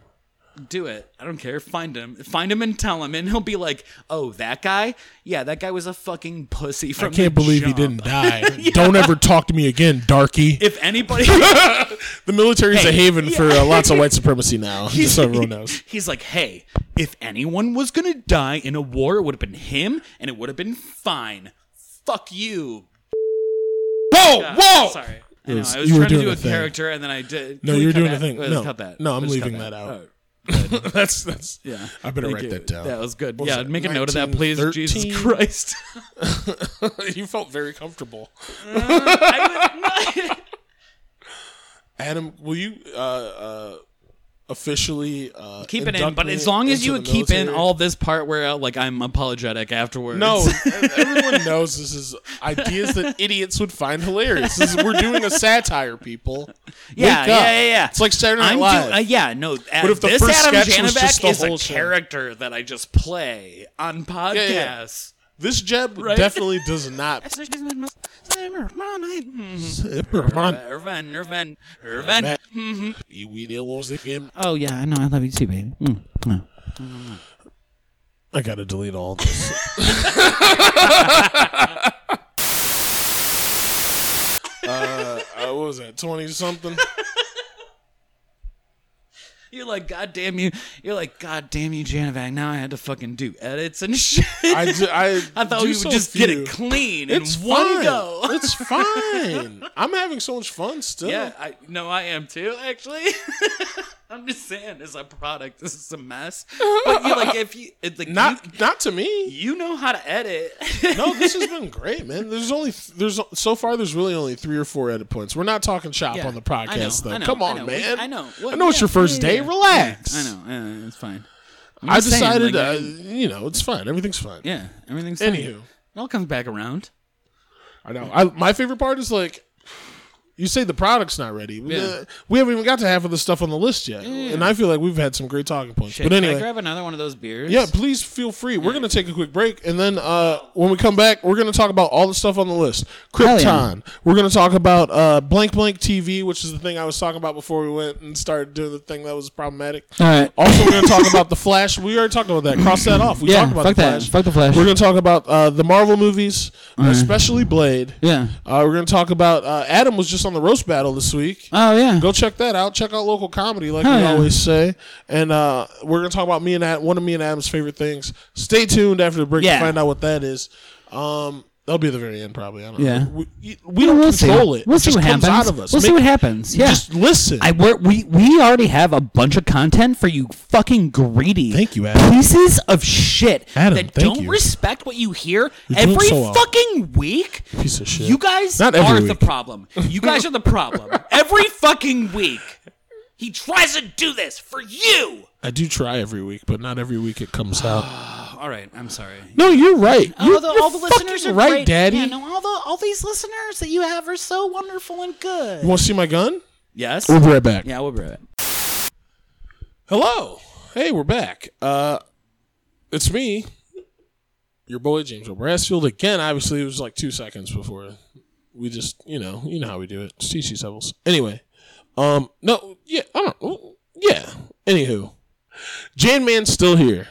[SPEAKER 1] do it. I don't care. Find him. Find him and tell him, and he'll be like, "Oh, that guy. Yeah, that guy was a fucking pussy from
[SPEAKER 2] I can't
[SPEAKER 1] the
[SPEAKER 2] believe
[SPEAKER 1] jump.
[SPEAKER 2] he didn't die. Don't ever talk to me again, darky.
[SPEAKER 1] If anybody,
[SPEAKER 2] The military's a
[SPEAKER 1] Hey.
[SPEAKER 2] haven for uh, lots of white supremacy now, just so everyone knows.
[SPEAKER 1] He's like, hey, if anyone was gonna die in a war, it would have been him, and it would have been fine. Fuck you. Uh,
[SPEAKER 2] Whoa, whoa!
[SPEAKER 1] Sorry. I, know,
[SPEAKER 2] was-
[SPEAKER 1] I was
[SPEAKER 2] you were
[SPEAKER 1] trying to
[SPEAKER 2] doing
[SPEAKER 1] do
[SPEAKER 2] a
[SPEAKER 1] a
[SPEAKER 2] thing.
[SPEAKER 1] character, and then I did.
[SPEAKER 2] No,
[SPEAKER 1] Can
[SPEAKER 2] you
[SPEAKER 1] we
[SPEAKER 2] were
[SPEAKER 1] cut
[SPEAKER 2] doing
[SPEAKER 1] that?
[SPEAKER 2] a thing.
[SPEAKER 1] Let's
[SPEAKER 2] No.
[SPEAKER 1] cut that.
[SPEAKER 2] No, I'm
[SPEAKER 1] Let's cut
[SPEAKER 2] leaving that out.
[SPEAKER 1] All right.
[SPEAKER 2] that's that's.
[SPEAKER 1] Yeah.
[SPEAKER 2] I better
[SPEAKER 1] Thank
[SPEAKER 2] write
[SPEAKER 1] you.
[SPEAKER 2] that down.
[SPEAKER 1] That was good.
[SPEAKER 2] What was
[SPEAKER 1] yeah,
[SPEAKER 2] that,
[SPEAKER 1] make a note of that, please.
[SPEAKER 2] 1913?
[SPEAKER 1] Jesus Christ.
[SPEAKER 2] you felt very comfortable.
[SPEAKER 1] I was not-
[SPEAKER 2] Adam, will you uh, uh, officially uh,
[SPEAKER 1] keep it in,
[SPEAKER 2] induct
[SPEAKER 1] but
[SPEAKER 2] me
[SPEAKER 1] as long as
[SPEAKER 2] into
[SPEAKER 1] you
[SPEAKER 2] the
[SPEAKER 1] keep in
[SPEAKER 2] military.
[SPEAKER 1] all this part where uh, like I'm apologetic afterwards.
[SPEAKER 2] No, e-, everyone knows this is ideas that idiots would find hilarious. This is, we're doing a satire, people.
[SPEAKER 1] yeah, yeah,
[SPEAKER 2] Wake up.
[SPEAKER 1] yeah, yeah.
[SPEAKER 2] It's like Saturday Night
[SPEAKER 1] I'm
[SPEAKER 2] Live.
[SPEAKER 1] do- uh, yeah, no. uh,
[SPEAKER 2] What if the
[SPEAKER 1] this
[SPEAKER 2] first
[SPEAKER 1] Adam
[SPEAKER 2] sketch was just the
[SPEAKER 1] Janovac is
[SPEAKER 2] whole
[SPEAKER 1] a
[SPEAKER 2] show?
[SPEAKER 1] character that I just play on podcasts.
[SPEAKER 2] yeah. this Jeb
[SPEAKER 1] Right?
[SPEAKER 2] definitely does not. Irvine.
[SPEAKER 1] Irvin, Irvin, Irvin. Mm-hmm.
[SPEAKER 2] We did lose the game.
[SPEAKER 1] Oh yeah, I know. I love you too, baby. Mm, mm.
[SPEAKER 2] I gotta delete all this. uh, uh, what was that? Twenty something.
[SPEAKER 1] You're like, God damn you! You're like, God damn you, Janovac. Now I had to fucking do edits and shit. I,
[SPEAKER 2] I, ju- I,
[SPEAKER 1] thought
[SPEAKER 2] do
[SPEAKER 1] you
[SPEAKER 2] so
[SPEAKER 1] would just get
[SPEAKER 2] few.
[SPEAKER 1] it clean
[SPEAKER 2] It's
[SPEAKER 1] in one
[SPEAKER 2] fine.
[SPEAKER 1] go.
[SPEAKER 2] It's fine. I'm having so much fun still.
[SPEAKER 1] Yeah, I no, I am too. Actually, I'm just saying, as a product, this is a mess. But you like if you it's like
[SPEAKER 2] Not
[SPEAKER 1] you,
[SPEAKER 2] not to me.
[SPEAKER 1] you know how to edit.
[SPEAKER 2] No, this has been great, man. There's only there's so far there's really only three or four edit points. We're not talking shop
[SPEAKER 1] Yeah,
[SPEAKER 2] on the
[SPEAKER 1] I know,
[SPEAKER 2] podcast
[SPEAKER 1] I
[SPEAKER 2] though.
[SPEAKER 1] know,
[SPEAKER 2] Come
[SPEAKER 1] I
[SPEAKER 2] on,
[SPEAKER 1] know.
[SPEAKER 2] man.
[SPEAKER 1] I know.
[SPEAKER 2] I
[SPEAKER 1] Well,
[SPEAKER 2] know it's
[SPEAKER 1] yeah,
[SPEAKER 2] your first
[SPEAKER 1] yeah,
[SPEAKER 2] day.
[SPEAKER 1] yeah.
[SPEAKER 2] Relax.
[SPEAKER 1] I know. Yeah, it's fine. I'm
[SPEAKER 2] I
[SPEAKER 1] just saying,
[SPEAKER 2] decided,
[SPEAKER 1] like,
[SPEAKER 2] uh, you know, it's fine. Everything's fine.
[SPEAKER 1] yeah, everything's fine.
[SPEAKER 2] Anywho,
[SPEAKER 1] It all comes back around.
[SPEAKER 2] I know. I, my favorite part is like, you say the product's not ready. Uh, we haven't even got to half of the stuff on the list yet, and I feel like we've had some great talking points.
[SPEAKER 1] Shit,
[SPEAKER 2] but
[SPEAKER 1] can I
[SPEAKER 2] anyway,
[SPEAKER 1] grab another one of those beers.
[SPEAKER 2] Yeah, please feel free. We're gonna take a quick break, and then uh, when we come back, we're gonna talk about all the stuff on the list.
[SPEAKER 1] Hell yeah.
[SPEAKER 2] Krypton. We're gonna talk about uh, blank blank TV, which is the thing I was talking about before we went and started doing the thing that was problematic.
[SPEAKER 1] All right.
[SPEAKER 2] Also, we're gonna talk about the Flash. We already talked about that. Cross that off. We
[SPEAKER 1] Yeah,
[SPEAKER 2] talked about
[SPEAKER 1] fuck
[SPEAKER 2] the
[SPEAKER 1] that.
[SPEAKER 2] Flash.
[SPEAKER 1] Fuck the Flash.
[SPEAKER 2] We're gonna talk about uh, the Marvel movies, especially Blade.
[SPEAKER 1] Yeah.
[SPEAKER 2] Uh, we're gonna talk about uh, Adam was just on the roast battle this week
[SPEAKER 1] Oh yeah.
[SPEAKER 2] go check that out. Check out local comedy, like
[SPEAKER 1] Hell
[SPEAKER 2] we
[SPEAKER 1] yeah.
[SPEAKER 2] always say. And uh, we're gonna talk about me and Ad- one of me and Adam's favorite things. Stay tuned after the break
[SPEAKER 1] Yeah.
[SPEAKER 2] to find out what that is. Um, that'll be the very end, probably. I don't
[SPEAKER 1] Yeah.
[SPEAKER 2] know. We, we don't control it. it just comes out of us.
[SPEAKER 1] We'll see
[SPEAKER 2] Make-
[SPEAKER 1] what happens. Yeah.
[SPEAKER 2] Just listen.
[SPEAKER 1] I we're, we we already have a bunch of content for you fucking greedy.
[SPEAKER 2] Thank you, Adam.
[SPEAKER 1] Pieces of shit
[SPEAKER 2] Adam,
[SPEAKER 1] that
[SPEAKER 2] thank
[SPEAKER 1] don't
[SPEAKER 2] you.
[SPEAKER 1] respect what you hear
[SPEAKER 2] You're doing
[SPEAKER 1] every
[SPEAKER 2] so well.
[SPEAKER 1] fucking week.
[SPEAKER 2] Piece of shit.
[SPEAKER 1] You guys
[SPEAKER 2] Not every
[SPEAKER 1] are the
[SPEAKER 2] week.
[SPEAKER 1] problem. You guys are the problem. every fucking week, he tries to do this for you.
[SPEAKER 2] I do try every week, but not every week it comes out.
[SPEAKER 1] All right, I'm sorry.
[SPEAKER 2] No, you're right. You're,
[SPEAKER 1] all the,
[SPEAKER 2] you're
[SPEAKER 1] all the listeners
[SPEAKER 2] fucking
[SPEAKER 1] are
[SPEAKER 2] right,
[SPEAKER 1] great.
[SPEAKER 2] Daddy.
[SPEAKER 1] Yeah, no, all the all these listeners that you have are so wonderful and good.
[SPEAKER 2] You want to see my gun?
[SPEAKER 1] Yes.
[SPEAKER 2] We'll be right back.
[SPEAKER 1] Yeah, we'll brew it.
[SPEAKER 2] Hello. Hey, we're back. Uh, it's me, your boy James O'Brassfield again. Obviously, it was like two seconds before we just, you know, you know how we do it. It's TC Sevels. Anyway, um, no, yeah, I don't, well, yeah. Anywho, Jan Man's still here.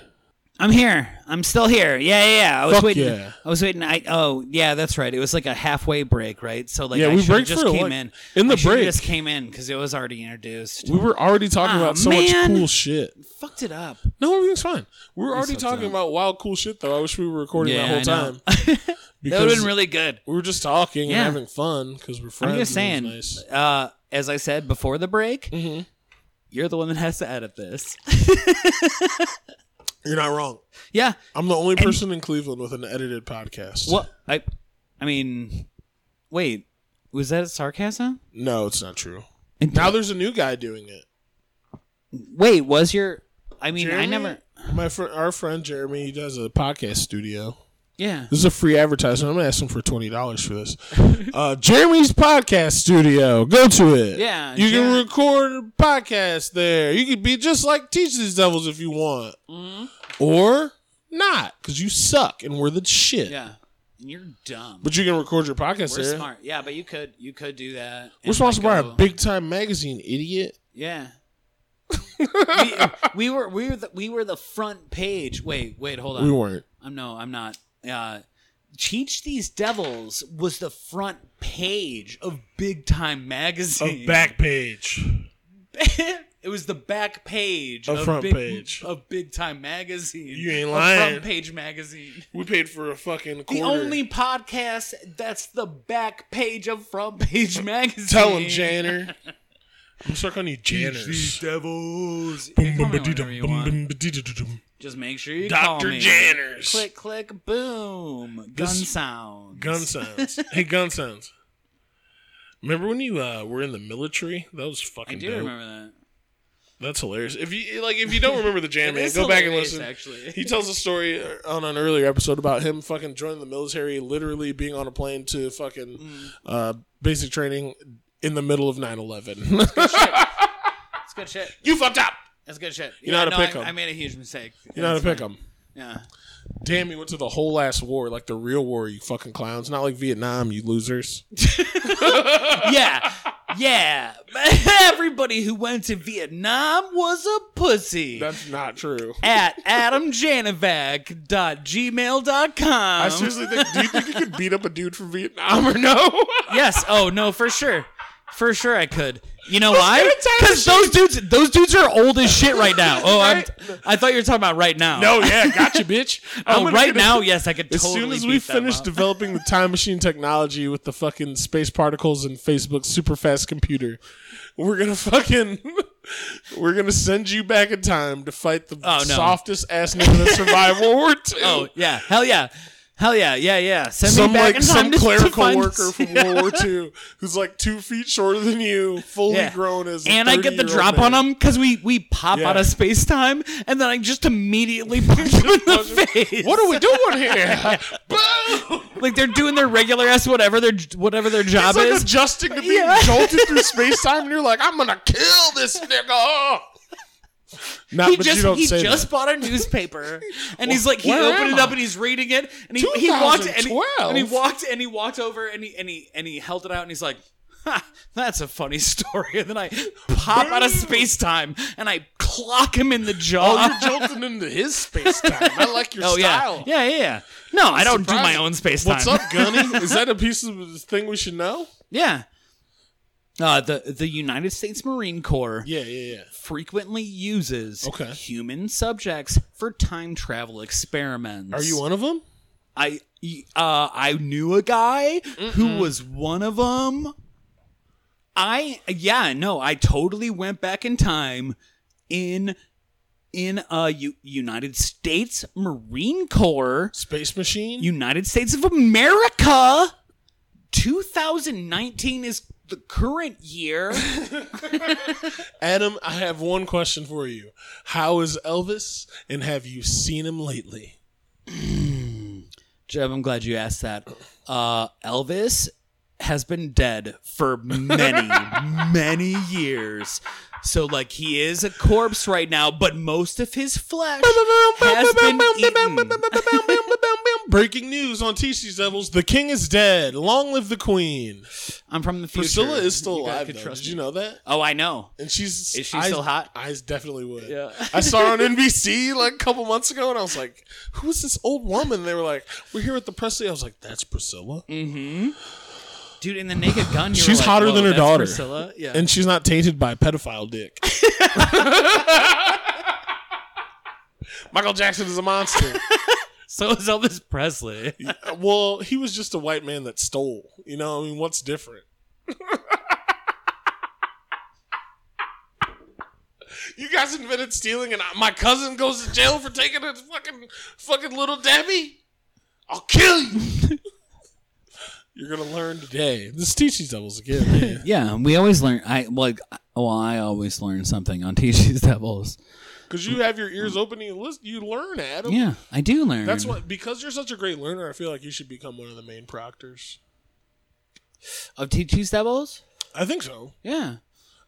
[SPEAKER 1] I'm here. I'm still here. Yeah, yeah. yeah. I was
[SPEAKER 2] Fuck
[SPEAKER 1] waiting.
[SPEAKER 2] yeah.
[SPEAKER 1] I was waiting. I oh yeah, that's right. It was like a halfway break, right? So like
[SPEAKER 2] Yeah,
[SPEAKER 1] I
[SPEAKER 2] we
[SPEAKER 1] shoulda
[SPEAKER 2] break
[SPEAKER 1] just
[SPEAKER 2] for,
[SPEAKER 1] came
[SPEAKER 2] like,
[SPEAKER 1] in.
[SPEAKER 2] in
[SPEAKER 1] I
[SPEAKER 2] the
[SPEAKER 1] shoulda
[SPEAKER 2] break.
[SPEAKER 1] just came in because it was already introduced.
[SPEAKER 2] We were already talking
[SPEAKER 1] Aw,
[SPEAKER 2] about so much
[SPEAKER 1] man.
[SPEAKER 2] cool shit.
[SPEAKER 1] Fucked it up.
[SPEAKER 2] No, everything's fine. We were already
[SPEAKER 1] so
[SPEAKER 2] talking
[SPEAKER 1] dumb.
[SPEAKER 2] about wild, cool shit though. I wish we were recording
[SPEAKER 1] Yeah,
[SPEAKER 2] that
[SPEAKER 1] I
[SPEAKER 2] whole
[SPEAKER 1] know.
[SPEAKER 2] time
[SPEAKER 1] That would have
[SPEAKER 2] because
[SPEAKER 1] been really good.
[SPEAKER 2] we were just talking
[SPEAKER 1] Yeah.
[SPEAKER 2] and having fun because we're friends.
[SPEAKER 1] I'm just
[SPEAKER 2] and
[SPEAKER 1] saying.
[SPEAKER 2] it was nice.
[SPEAKER 1] Uh, as I said before the break, you're the one that has to edit this.
[SPEAKER 2] You're not wrong.
[SPEAKER 1] yeah.
[SPEAKER 2] I'm the only person in Cleveland with an edited podcast.
[SPEAKER 1] Well, I, I mean, wait, was that sarcasm?
[SPEAKER 2] No, it's not true.
[SPEAKER 1] And-
[SPEAKER 2] Now there's a new guy doing it.
[SPEAKER 1] Wait, was your? I mean, I
[SPEAKER 2] Jeremy-
[SPEAKER 1] never.
[SPEAKER 2] My friend, our friend Jeremy, he does a podcast studio.
[SPEAKER 1] Yeah.
[SPEAKER 2] This is a free advertisement. I'm gonna ask him for twenty dollars for this. uh, Jeremy's podcast studio. Go to it.
[SPEAKER 1] Yeah,
[SPEAKER 2] you can
[SPEAKER 1] Jer-
[SPEAKER 2] record a podcast there. You could be just like Teach These Devils if you want,
[SPEAKER 1] Mm-hmm.
[SPEAKER 2] or not because you suck and we're the shit.
[SPEAKER 1] Yeah. And you're dumb.
[SPEAKER 2] But you can record your podcast
[SPEAKER 1] We're
[SPEAKER 2] there.
[SPEAKER 1] smart. Yeah, but you could you could do that. and,
[SPEAKER 2] We're sponsored by
[SPEAKER 1] like,
[SPEAKER 2] a
[SPEAKER 1] go-
[SPEAKER 2] big time magazine, idiot.
[SPEAKER 1] Yeah. we, we were we were the, we were the front page. Wait, wait, hold on.
[SPEAKER 2] We weren't.
[SPEAKER 1] I'm no, I'm not. Uh Cheech These Devils was the front page of Big Time magazine.
[SPEAKER 2] page.
[SPEAKER 1] it was the back page
[SPEAKER 2] Of
[SPEAKER 1] of
[SPEAKER 2] front
[SPEAKER 1] big,
[SPEAKER 2] page.
[SPEAKER 1] of Big Time magazine.
[SPEAKER 2] You ain't
[SPEAKER 1] Of
[SPEAKER 2] lying.
[SPEAKER 1] Front page magazine.
[SPEAKER 2] We paid for a fucking
[SPEAKER 1] The
[SPEAKER 2] quarter.
[SPEAKER 1] only podcast that's the back page of Front Page magazine.
[SPEAKER 2] tell him Janner. I'm stuck on you,
[SPEAKER 1] These
[SPEAKER 2] Janners.
[SPEAKER 1] devils. Just make sure you call
[SPEAKER 2] Doctor
[SPEAKER 1] me.
[SPEAKER 2] Janners.
[SPEAKER 1] Click, click, boom. Gun
[SPEAKER 2] This-
[SPEAKER 1] sounds.
[SPEAKER 2] Gun sounds. Hey, gun sounds. Remember when you uh, were in the military? That was
[SPEAKER 1] I
[SPEAKER 2] fucking.
[SPEAKER 1] do
[SPEAKER 2] dope.
[SPEAKER 1] remember that.
[SPEAKER 2] That's hilarious. If you like, if you don't remember the jam,
[SPEAKER 1] It
[SPEAKER 2] man,
[SPEAKER 1] is
[SPEAKER 2] go back and
[SPEAKER 1] hilarious,
[SPEAKER 2] listen.
[SPEAKER 1] actually.
[SPEAKER 2] he tells a story uh, on an earlier episode about him fucking joining the military, literally being on a plane to fucking
[SPEAKER 1] Mm.
[SPEAKER 2] uh, basic training in the middle of 9-11.
[SPEAKER 1] It's good shit.
[SPEAKER 2] you fucked up.
[SPEAKER 1] It's good shit.
[SPEAKER 2] You know how to
[SPEAKER 1] no,
[SPEAKER 2] pick
[SPEAKER 1] I,
[SPEAKER 2] 'em.
[SPEAKER 1] I made a huge mistake.
[SPEAKER 2] You know how to
[SPEAKER 1] It's
[SPEAKER 2] pick
[SPEAKER 1] fine.
[SPEAKER 2] them.
[SPEAKER 1] Yeah.
[SPEAKER 2] Damn, you went to the whole ass war, like the real war. You fucking clowns. Not like Vietnam, you losers.
[SPEAKER 1] yeah, yeah. Everybody who went to Vietnam was a pussy.
[SPEAKER 2] That's not true.
[SPEAKER 1] At adamjanovac.gmail.com.
[SPEAKER 2] I seriously think. Do you think you could beat up a dude from Vietnam or no?
[SPEAKER 1] yes. Oh no, for sure, for sure I could. You know why?
[SPEAKER 2] gonna tell you
[SPEAKER 1] Because those dudes, those dudes are old as shit right now. Oh,
[SPEAKER 2] Right?
[SPEAKER 1] I'm, I thought you were talking about right now.
[SPEAKER 2] no, yeah, gotcha, bitch. Uh, I'm
[SPEAKER 1] Oh,
[SPEAKER 2] gonna
[SPEAKER 1] right
[SPEAKER 2] get a-
[SPEAKER 1] now, yes, I could
[SPEAKER 2] As
[SPEAKER 1] totally.
[SPEAKER 2] soon as
[SPEAKER 1] beat
[SPEAKER 2] we
[SPEAKER 1] them
[SPEAKER 2] finish
[SPEAKER 1] up.
[SPEAKER 2] developing the time machine technology with the fucking space particles and Facebook's super fast computer, we're gonna fucking we're gonna send you back in time to fight the
[SPEAKER 1] Oh, no.
[SPEAKER 2] softest ass nigga that survived World War II.
[SPEAKER 1] Oh yeah, hell yeah, hell yeah, yeah yeah. Send
[SPEAKER 2] some
[SPEAKER 1] me back
[SPEAKER 2] like
[SPEAKER 1] in time
[SPEAKER 2] some
[SPEAKER 1] to- to
[SPEAKER 2] clerical
[SPEAKER 1] find-
[SPEAKER 2] worker from World War II who's like two feet shorter than you, fully
[SPEAKER 1] Yeah.
[SPEAKER 2] grown as. a
[SPEAKER 1] and I get the
[SPEAKER 2] 30-year-old
[SPEAKER 1] drop
[SPEAKER 2] man.
[SPEAKER 1] on him because we we pop
[SPEAKER 2] Yeah.
[SPEAKER 1] out of space time, and then I just immediately punch him in the face.
[SPEAKER 2] What are we doing here? Boom!
[SPEAKER 1] Like they're doing their regular ass whatever their whatever their job
[SPEAKER 2] It's like
[SPEAKER 1] is.
[SPEAKER 2] adjusting to being
[SPEAKER 1] Yeah.
[SPEAKER 2] jolted through space time, and you're like, "I'm gonna kill this nigga." Not,
[SPEAKER 1] he
[SPEAKER 2] but
[SPEAKER 1] just
[SPEAKER 2] you don't
[SPEAKER 1] he
[SPEAKER 2] say
[SPEAKER 1] just bought a newspaper, and he's like he
[SPEAKER 2] where
[SPEAKER 1] opened
[SPEAKER 2] am
[SPEAKER 1] it up
[SPEAKER 2] I?
[SPEAKER 1] and he's reading it, and he, he walked and he,
[SPEAKER 2] 2012?
[SPEAKER 1] and he walked and he walked over and he and he and he held it out and he's like. Ha, that's a funny story. And then I pop out of space time and I clock him in the
[SPEAKER 2] that.
[SPEAKER 1] jaw.
[SPEAKER 2] Oh, You're jolting into his space time. I like your
[SPEAKER 1] oh
[SPEAKER 2] style.
[SPEAKER 1] yeah, yeah, yeah, yeah. No, I don't do my
[SPEAKER 2] Surprising.
[SPEAKER 1] own space time.
[SPEAKER 2] What's up, Gunny? Is that a piece of the thing we should know?
[SPEAKER 1] Yeah. Uh, the the United States Marine Corps
[SPEAKER 2] Yeah, yeah, yeah.
[SPEAKER 1] frequently uses
[SPEAKER 2] Okay.
[SPEAKER 1] human subjects for time travel experiments.
[SPEAKER 2] Are you one of them?
[SPEAKER 1] I uh I knew a guy who was one of them. I yeah no I totally went back in time in in a U- United States Marine Corps
[SPEAKER 2] Space machine.
[SPEAKER 1] United States of America. 2019 is the current year.
[SPEAKER 2] Adam, I have one question for you. How is Elvis, and have you seen him lately?
[SPEAKER 1] Jeb, I'm glad you asked that. Uh, Elvis has been dead for many, many years. So, like, he is a corpse right now, but most of his flesh has been eaten.
[SPEAKER 2] Breaking news on TC's Devils: The King is dead. Long live the Queen.
[SPEAKER 1] I'm from the future.
[SPEAKER 2] Priscilla is still
[SPEAKER 1] You guys
[SPEAKER 2] alive.
[SPEAKER 1] could
[SPEAKER 2] Though.
[SPEAKER 1] trust
[SPEAKER 2] Did you
[SPEAKER 1] me.
[SPEAKER 2] know that?
[SPEAKER 1] Oh, I know.
[SPEAKER 2] And she's
[SPEAKER 1] Is she
[SPEAKER 2] I-
[SPEAKER 1] still hot?
[SPEAKER 2] I definitely would.
[SPEAKER 1] Yeah.
[SPEAKER 2] I saw her on NBC like a couple months ago, and I was like, "Who is this old woman?" They were like, "We're here at the Presley." I was like, "That's Priscilla,"
[SPEAKER 1] Dude, in the Naked Gun, you were
[SPEAKER 2] She's
[SPEAKER 1] like,
[SPEAKER 2] hotter
[SPEAKER 1] "Whoa,
[SPEAKER 2] than her
[SPEAKER 1] that's
[SPEAKER 2] daughter."
[SPEAKER 1] Priscilla? Yeah.
[SPEAKER 2] and she's not tainted by pedophile dick. Michael Jackson is a monster.
[SPEAKER 1] so is Elvis Presley.
[SPEAKER 2] well, he was just a white man that stole. You know, I mean, what's different? you guys invented stealing, and I- my cousin goes to jail for taking a fucking fucking little Debbie. I'll kill you. You're gonna learn today. This teaches devils again. man.
[SPEAKER 1] Yeah, we always learn. I like. Well, I always learn something on TC's Devils.
[SPEAKER 2] Cause you have your ears open and you listen. You learn, Adam.
[SPEAKER 1] Yeah, I do learn.
[SPEAKER 2] That's what. Because you're such a great learner, I feel like you should become one of the main proctors.
[SPEAKER 1] of TC's Devils.
[SPEAKER 2] I think so.
[SPEAKER 1] Yeah,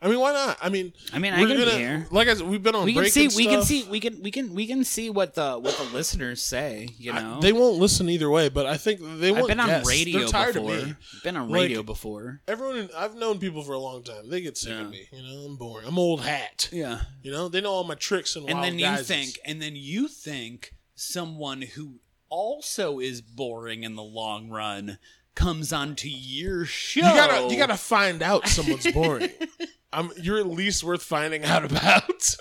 [SPEAKER 2] I mean, why not? I mean,
[SPEAKER 1] I mean, I
[SPEAKER 2] we're
[SPEAKER 1] can be
[SPEAKER 2] gonna-
[SPEAKER 1] here.
[SPEAKER 2] Like I said, we've been on.
[SPEAKER 1] we can
[SPEAKER 2] break
[SPEAKER 1] see.
[SPEAKER 2] and
[SPEAKER 1] We can
[SPEAKER 2] stuff.
[SPEAKER 1] see. We can. We can. We can see what the what the listeners say. You
[SPEAKER 2] I-
[SPEAKER 1] know,
[SPEAKER 2] they won't listen either way, but I think they want.
[SPEAKER 1] I've been on
[SPEAKER 2] guests.
[SPEAKER 1] radio
[SPEAKER 2] They're tired
[SPEAKER 1] before.
[SPEAKER 2] of me.
[SPEAKER 1] Been on
[SPEAKER 2] Like-
[SPEAKER 1] radio before.
[SPEAKER 2] Everyone, in- I've known people for a long time. They get sick
[SPEAKER 1] Yeah.
[SPEAKER 2] of me. You know, I'm boring. I'm old hat.
[SPEAKER 1] Yeah,
[SPEAKER 2] You know, they know all my tricks and.
[SPEAKER 1] and
[SPEAKER 2] wild
[SPEAKER 1] then you
[SPEAKER 2] guises.
[SPEAKER 1] think, and then you think someone who also is boring in the long run comes onto your show.
[SPEAKER 2] you gotta you gotta find out someone's boring. I'm, you're at least worth finding out about.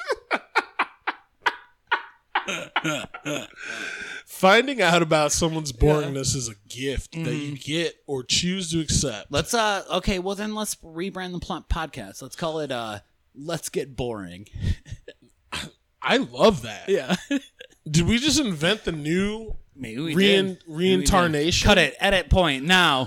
[SPEAKER 2] finding out about someone's boringness is a gift that you
[SPEAKER 1] Mm-hmm.
[SPEAKER 2] get or choose to accept.
[SPEAKER 1] Let's uh okay, well then let's rebrand the plot podcast. Let's call it uh Let's Get Boring.
[SPEAKER 2] I love that.
[SPEAKER 1] Yeah.
[SPEAKER 2] Did we just invent the new
[SPEAKER 1] Maybe we did.
[SPEAKER 2] rein-
[SPEAKER 1] Maybe we did.
[SPEAKER 2] reincarnation?
[SPEAKER 1] Cut it. Edit point now.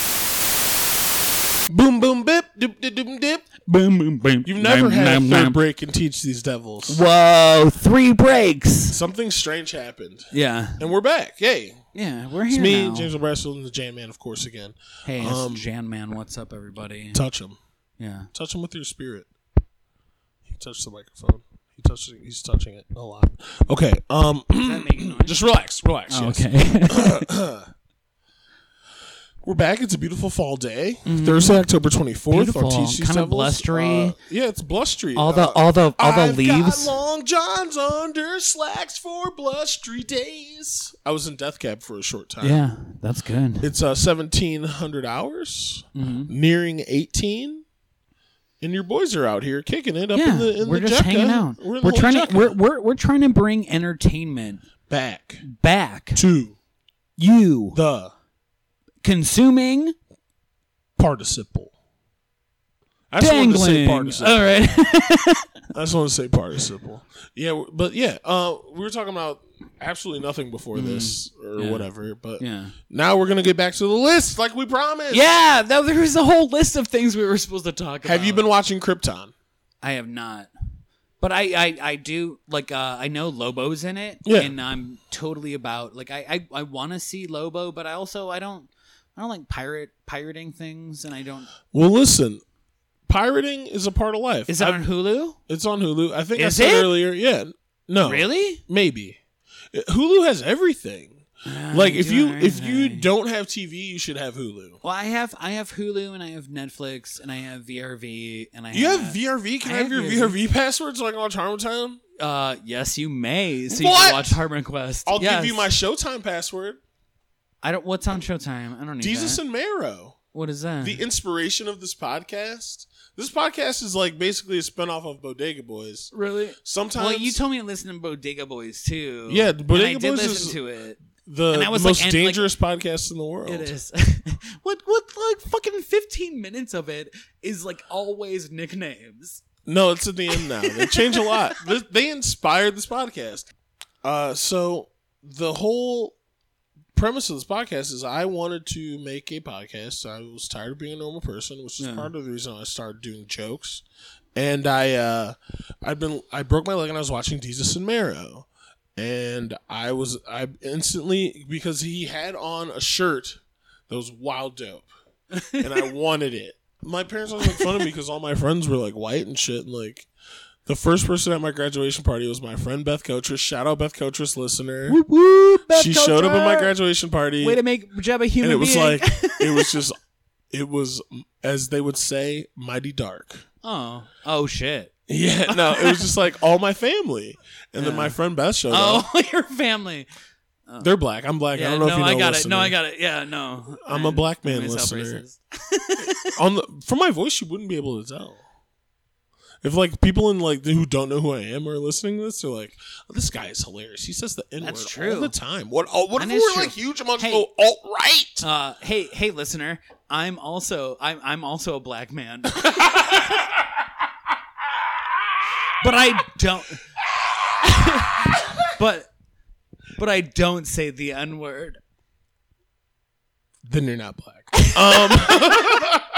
[SPEAKER 2] Boom, boom, bip. dip, dip, dip, dip.
[SPEAKER 1] Boom, boom, boom.
[SPEAKER 2] You've never had a third break and teach these devils.
[SPEAKER 1] Whoa, three breaks.
[SPEAKER 2] Something strange happened,
[SPEAKER 1] Yeah,
[SPEAKER 2] and we're back. Yay!
[SPEAKER 1] yeah, we're
[SPEAKER 2] It's
[SPEAKER 1] here
[SPEAKER 2] me,
[SPEAKER 1] now.
[SPEAKER 2] James O'Brasfield, and the Jam Man, of course, again.
[SPEAKER 1] hey, it's
[SPEAKER 2] Um,
[SPEAKER 1] Jan Man. What's up, everybody?
[SPEAKER 2] Touch him.
[SPEAKER 1] yeah,
[SPEAKER 2] Touch him with your spirit. He touched the microphone. He touched. It. He's touching it a lot. Okay. Um. just relax. Relax. yes.
[SPEAKER 1] Oh, okay.
[SPEAKER 2] We're back. It's a beautiful fall day. Thursday, October twenty fourth.
[SPEAKER 1] Mm-hmm. Beautiful.
[SPEAKER 2] On Teach These
[SPEAKER 1] Kinda
[SPEAKER 2] Devils.
[SPEAKER 1] blustery.
[SPEAKER 2] Uh, yeah, it's blustery.
[SPEAKER 1] all the
[SPEAKER 2] Uh,
[SPEAKER 1] all the all the
[SPEAKER 2] I've
[SPEAKER 1] leaves.
[SPEAKER 2] Got long johns under slacks for blustery days. I was in death cab for a short time.
[SPEAKER 1] Yeah, that's good.
[SPEAKER 2] It's uh, seventeen hundred hours,
[SPEAKER 1] Mm-hmm.
[SPEAKER 2] nearing eighteen, and your boys are out here kicking it up
[SPEAKER 1] yeah,
[SPEAKER 2] in the in
[SPEAKER 1] we're
[SPEAKER 2] the
[SPEAKER 1] just
[SPEAKER 2] Jekka.
[SPEAKER 1] hanging out.
[SPEAKER 2] We're,
[SPEAKER 1] We're,
[SPEAKER 2] in the
[SPEAKER 1] trying
[SPEAKER 2] little
[SPEAKER 1] to
[SPEAKER 2] Jekka.
[SPEAKER 1] we're, we're we're trying to bring entertainment
[SPEAKER 2] back
[SPEAKER 1] back.
[SPEAKER 2] to
[SPEAKER 1] You
[SPEAKER 2] the
[SPEAKER 1] consuming
[SPEAKER 2] participle. I just wanted to say
[SPEAKER 1] dangling.
[SPEAKER 2] participle.
[SPEAKER 1] All right.
[SPEAKER 2] I just want to say participle. Yeah, w- but yeah, uh, we were talking about absolutely nothing before this or
[SPEAKER 1] Mm. Yeah.
[SPEAKER 2] whatever. But
[SPEAKER 1] yeah.
[SPEAKER 2] now we're gonna get back to the list like we promised.
[SPEAKER 1] Yeah, that, there was a whole list of things we were supposed to talk about.
[SPEAKER 2] Have you been watching Krypton?
[SPEAKER 1] I have not. But I, I, I do like uh, I know Lobo's in it,
[SPEAKER 2] Yeah.
[SPEAKER 1] and I'm totally about like I I, I want to see Lobo, but I also I don't I don't like pirate pirating things, and I don't.
[SPEAKER 2] Well, listen, pirating is a part of life.
[SPEAKER 1] Is that
[SPEAKER 2] I-
[SPEAKER 1] on Hulu?
[SPEAKER 2] it's on Hulu. I think
[SPEAKER 1] Is
[SPEAKER 2] I said
[SPEAKER 1] it?
[SPEAKER 2] earlier. Yeah. No.
[SPEAKER 1] Really?
[SPEAKER 2] Maybe. Uh, Hulu has everything. like
[SPEAKER 1] I
[SPEAKER 2] if
[SPEAKER 1] do
[SPEAKER 2] you
[SPEAKER 1] have
[SPEAKER 2] if you
[SPEAKER 1] everything.
[SPEAKER 2] don't have TV, you should have Hulu.
[SPEAKER 1] Well, I have I have Hulu and I have Netflix and I have VRV and I
[SPEAKER 2] You have VRV. Can I,
[SPEAKER 1] I
[SPEAKER 2] have,
[SPEAKER 1] have
[SPEAKER 2] your
[SPEAKER 1] VRV.
[SPEAKER 2] VRV password so I can watch Harmontown?
[SPEAKER 1] uh yes you may so you
[SPEAKER 2] What?
[SPEAKER 1] can watch Harmon Quest.
[SPEAKER 2] I'll
[SPEAKER 1] Yes.
[SPEAKER 2] give you my Showtime password.
[SPEAKER 1] I don't. What's on Showtime? I don't need
[SPEAKER 2] Jesus
[SPEAKER 1] that.
[SPEAKER 2] and Marrow.
[SPEAKER 1] What is that?
[SPEAKER 2] The inspiration of this podcast. This podcast is like basically a spinoff of Bodega Boys.
[SPEAKER 1] really?
[SPEAKER 2] Sometimes
[SPEAKER 1] Well, you told me to listen to Bodega Boys too.
[SPEAKER 2] Yeah,
[SPEAKER 1] and
[SPEAKER 2] Bodega
[SPEAKER 1] I did
[SPEAKER 2] Boys
[SPEAKER 1] listen
[SPEAKER 2] is-
[SPEAKER 1] to it.
[SPEAKER 2] the
[SPEAKER 1] and I was like-
[SPEAKER 2] most
[SPEAKER 1] and, like-
[SPEAKER 2] dangerous podcast in the world.
[SPEAKER 1] It is what what like fucking fifteen minutes of it is like always nicknames.
[SPEAKER 2] No, it's at the end now. They change a lot. They, they inspired this podcast. Uh, so the whole premise of this podcast is I wanted to make a podcast. I was tired of being a normal person, which is
[SPEAKER 1] Yeah.
[SPEAKER 2] part of the reason I started doing jokes. And I, uh, I'd been, I broke my leg and I was watching Jesus and Marrow, and I was, I instantly because he had on a shirt that was wild dope and I wanted it. My parents always make fun of me because all my friends were like white and shit. And like, the first person at my graduation party was my friend Beth Cotress. Shout out Beth Cotress, listener.
[SPEAKER 1] Whoop, whoop, Beth
[SPEAKER 2] she showed up at my
[SPEAKER 1] Coulter!
[SPEAKER 2] graduation party,
[SPEAKER 1] Way to make Jeb a human
[SPEAKER 2] and it was
[SPEAKER 1] being.
[SPEAKER 2] like it was just it was as they would say, mighty dark.
[SPEAKER 1] oh oh shit.
[SPEAKER 2] Yeah, no, it was just like all my family, and then
[SPEAKER 1] Yeah.
[SPEAKER 2] my friend Beth showed up.
[SPEAKER 1] Oh, your family.
[SPEAKER 2] They're black. I'm black. I
[SPEAKER 1] Yeah,
[SPEAKER 2] don't know
[SPEAKER 1] no,
[SPEAKER 2] if you know.
[SPEAKER 1] I got it.
[SPEAKER 2] listener.
[SPEAKER 1] No, I got it. Yeah, no.
[SPEAKER 2] I'm a black man
[SPEAKER 1] I sound
[SPEAKER 2] listener.
[SPEAKER 1] racist.
[SPEAKER 2] on the from my voice you wouldn't be able to tell if like people in like who don't know who I am are listening to this, they're like, oh, "This guy is hilarious. He says the n word
[SPEAKER 1] That's true.
[SPEAKER 2] all the time." What? Oh, what
[SPEAKER 1] That
[SPEAKER 2] if
[SPEAKER 1] is
[SPEAKER 2] we're
[SPEAKER 1] true.
[SPEAKER 2] like huge amongst
[SPEAKER 1] Hey.
[SPEAKER 2] the alt right?
[SPEAKER 1] Uh, hey, hey, listener, I'm also I'm I'm also a black man. but I don't. but but I don't say the n word.
[SPEAKER 2] Then you're not black. um.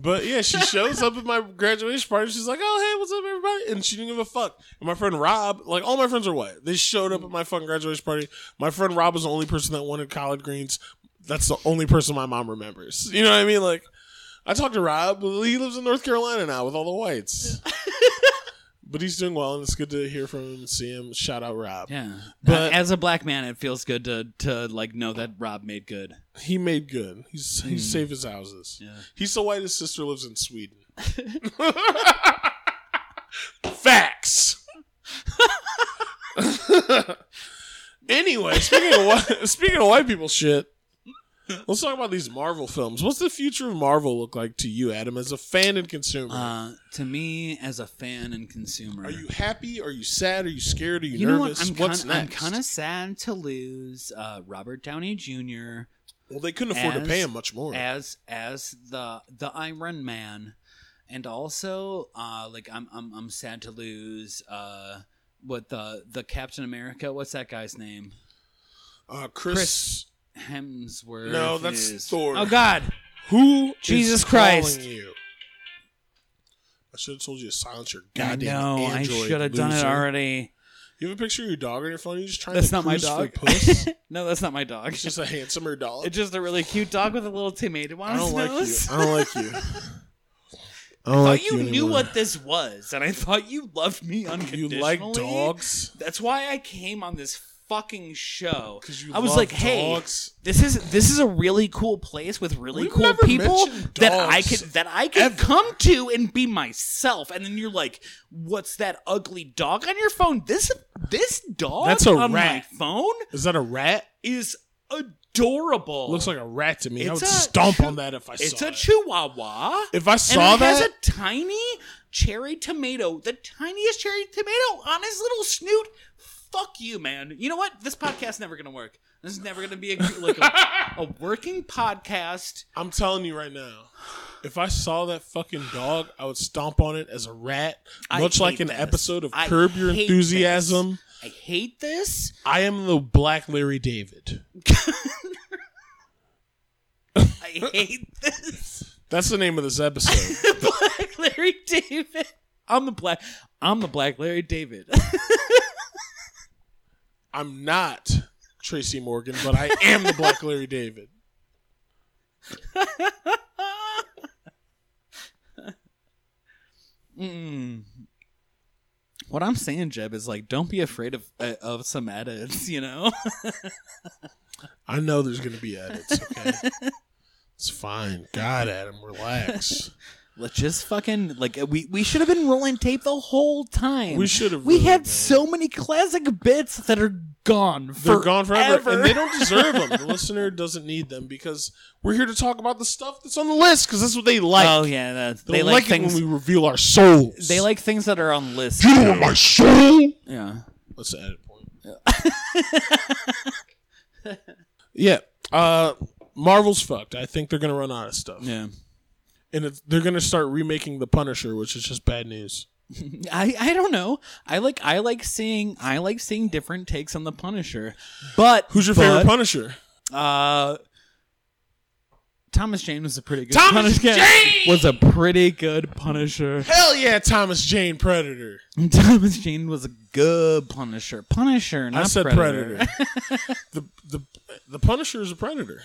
[SPEAKER 2] But yeah, she shows up at my graduation party. She's like, "Oh, hey, what's up, everybody?" And she didn't give a fuck. And my friend Rob, like all my friends are white. They showed up at my fucking graduation party. My friend Rob was the only person that wanted collard greens. That's the only person my mom remembers. You know what I mean? Like, I talked to Rob. He lives in North Carolina now with all the whites. but he's doing well, and it's good to hear from him and see him. Shout out Rob.
[SPEAKER 1] Yeah.
[SPEAKER 2] But-
[SPEAKER 1] But as a black man, it feels good to to like know that Rob made good.
[SPEAKER 2] He made good. He's he saved his houses.
[SPEAKER 1] Yeah.
[SPEAKER 2] He's so white his sister lives in Sweden. Facts. anyway, speaking of white, speaking of white people shit, let's talk about these Marvel films. What's the future of Marvel look like to you, Adam, as a fan and consumer?
[SPEAKER 1] Uh, to me, as a fan and consumer,
[SPEAKER 2] are you happy? Are you sad? Are you scared? Are you,
[SPEAKER 1] You know what?
[SPEAKER 2] nervous?
[SPEAKER 1] I'm
[SPEAKER 2] What's
[SPEAKER 1] kinda, I'm
[SPEAKER 2] next?
[SPEAKER 1] kind of sad to lose uh, Robert Downey Jr.
[SPEAKER 2] well, they couldn't afford to
[SPEAKER 1] as-
[SPEAKER 2] pay him much more.
[SPEAKER 1] as as the the Iron Man, and also uh, like I'm I'm I'm sad to lose uh what the the Captain America. What's that guy's name?
[SPEAKER 2] uh, Chris,
[SPEAKER 1] Chris- Hemsworth.
[SPEAKER 2] No, that's
[SPEAKER 1] is-
[SPEAKER 2] Thor.
[SPEAKER 1] Oh God,
[SPEAKER 2] Who is
[SPEAKER 4] Jesus Christ.
[SPEAKER 2] calling you? I should have told you to silence your
[SPEAKER 1] I
[SPEAKER 2] goddamn
[SPEAKER 1] know. I
[SPEAKER 2] Android.
[SPEAKER 1] should have done it
[SPEAKER 2] loser.
[SPEAKER 1] already.
[SPEAKER 2] You have a picture of your dog on your phone. You just trying
[SPEAKER 1] That's
[SPEAKER 2] to
[SPEAKER 1] not my
[SPEAKER 2] cruise
[SPEAKER 1] dog.
[SPEAKER 2] for puss.
[SPEAKER 1] No, that's not my dog.
[SPEAKER 2] it's just a handsomer dog.
[SPEAKER 1] It's just a really cute dog with a little tomato on
[SPEAKER 2] I don't
[SPEAKER 1] his
[SPEAKER 2] like you.
[SPEAKER 1] nose.
[SPEAKER 2] I don't like
[SPEAKER 1] I
[SPEAKER 2] you. I don't
[SPEAKER 1] thought
[SPEAKER 2] like
[SPEAKER 1] you,
[SPEAKER 2] you,
[SPEAKER 1] knew
[SPEAKER 2] anymore.
[SPEAKER 1] what this was, and I thought you loved me
[SPEAKER 2] you
[SPEAKER 1] unconditionally.
[SPEAKER 2] like dogs.
[SPEAKER 1] That's why I came on this fucking show.
[SPEAKER 2] 'Cause you
[SPEAKER 1] I was
[SPEAKER 2] love
[SPEAKER 1] like, hey,
[SPEAKER 2] dogs.
[SPEAKER 1] this is this is a really cool place with really
[SPEAKER 2] We've
[SPEAKER 1] cool
[SPEAKER 2] never
[SPEAKER 1] people
[SPEAKER 2] mentioned
[SPEAKER 1] that I
[SPEAKER 2] dogs
[SPEAKER 1] could that I could come to and be myself. And then you're like, what's that ugly dog on your phone? This this dog
[SPEAKER 2] That's a
[SPEAKER 1] on
[SPEAKER 2] rat.
[SPEAKER 1] my phone
[SPEAKER 2] Is that a rat?
[SPEAKER 1] is adorable.
[SPEAKER 2] Looks like a rat to me. I
[SPEAKER 1] It's
[SPEAKER 2] would
[SPEAKER 1] a
[SPEAKER 2] stomp
[SPEAKER 1] chu-
[SPEAKER 2] on that if I
[SPEAKER 1] it's
[SPEAKER 2] saw
[SPEAKER 1] a
[SPEAKER 2] it.
[SPEAKER 1] chihuahua.
[SPEAKER 2] if I saw
[SPEAKER 1] and it
[SPEAKER 2] that,
[SPEAKER 1] has a tiny cherry tomato, the tiniest cherry tomato on his little snoot. Fuck you, man. You know what? This podcast's never gonna work. This is never gonna be a, like a, a working podcast.
[SPEAKER 2] I'm telling you right now, if I saw that fucking dog, I would stomp on it as a rat,
[SPEAKER 1] I
[SPEAKER 2] much like
[SPEAKER 1] hate
[SPEAKER 2] an
[SPEAKER 1] this.
[SPEAKER 2] episode of
[SPEAKER 1] I
[SPEAKER 2] Curb Your
[SPEAKER 1] hate
[SPEAKER 2] Enthusiasm.
[SPEAKER 1] I hate this.
[SPEAKER 2] I am the Black Larry David.
[SPEAKER 1] I hate this.
[SPEAKER 2] That's the name of this episode.
[SPEAKER 1] Black Larry David. I'm the black. I'm the black Larry David.
[SPEAKER 2] I'm not Tracy Morgan, but I am the Black Larry David.
[SPEAKER 1] Mm. What I'm saying, Jeb, is like, don't be afraid of uh, of some edits. You know.
[SPEAKER 2] I know there's going to be edits, okay? it's fine. God, Adam, relax.
[SPEAKER 1] Let's just fucking like we we should have been rolling tape the whole time.
[SPEAKER 2] We should have
[SPEAKER 1] We
[SPEAKER 2] really
[SPEAKER 1] had
[SPEAKER 2] been.
[SPEAKER 1] so many classic bits that are gone.
[SPEAKER 2] They're
[SPEAKER 1] Forever.
[SPEAKER 2] gone forever, and they don't deserve them. The listener doesn't need them because we're here to talk about the stuff that's on the list because that's what they like.
[SPEAKER 1] oh yeah, that's,
[SPEAKER 2] they,
[SPEAKER 1] they
[SPEAKER 2] like,
[SPEAKER 1] like
[SPEAKER 2] it
[SPEAKER 1] things.
[SPEAKER 2] when we reveal our souls.
[SPEAKER 1] They like things that are on lists.
[SPEAKER 3] You know what my soul?
[SPEAKER 1] Yeah.
[SPEAKER 2] What's the edit point? Yeah. Uh, Marvel's fucked. I think they're gonna run out of stuff,
[SPEAKER 1] Yeah.
[SPEAKER 2] and it's, they're gonna start remaking the Punisher, which is just bad news.
[SPEAKER 1] I, I don't know. I like I like seeing I like seeing different takes on the Punisher. But
[SPEAKER 2] Who's your favorite Punisher?
[SPEAKER 1] Punisher? Uh Thomas Jane was a pretty good
[SPEAKER 2] Thomas
[SPEAKER 1] Punisher.
[SPEAKER 2] Jane!
[SPEAKER 1] Was a pretty good Punisher.
[SPEAKER 2] Hell yeah, Thomas Jane Predator.
[SPEAKER 1] Thomas Jane was a good Punisher. Punisher, not
[SPEAKER 2] I said
[SPEAKER 1] Predator.
[SPEAKER 2] Predator. the the the Punisher is a Predator,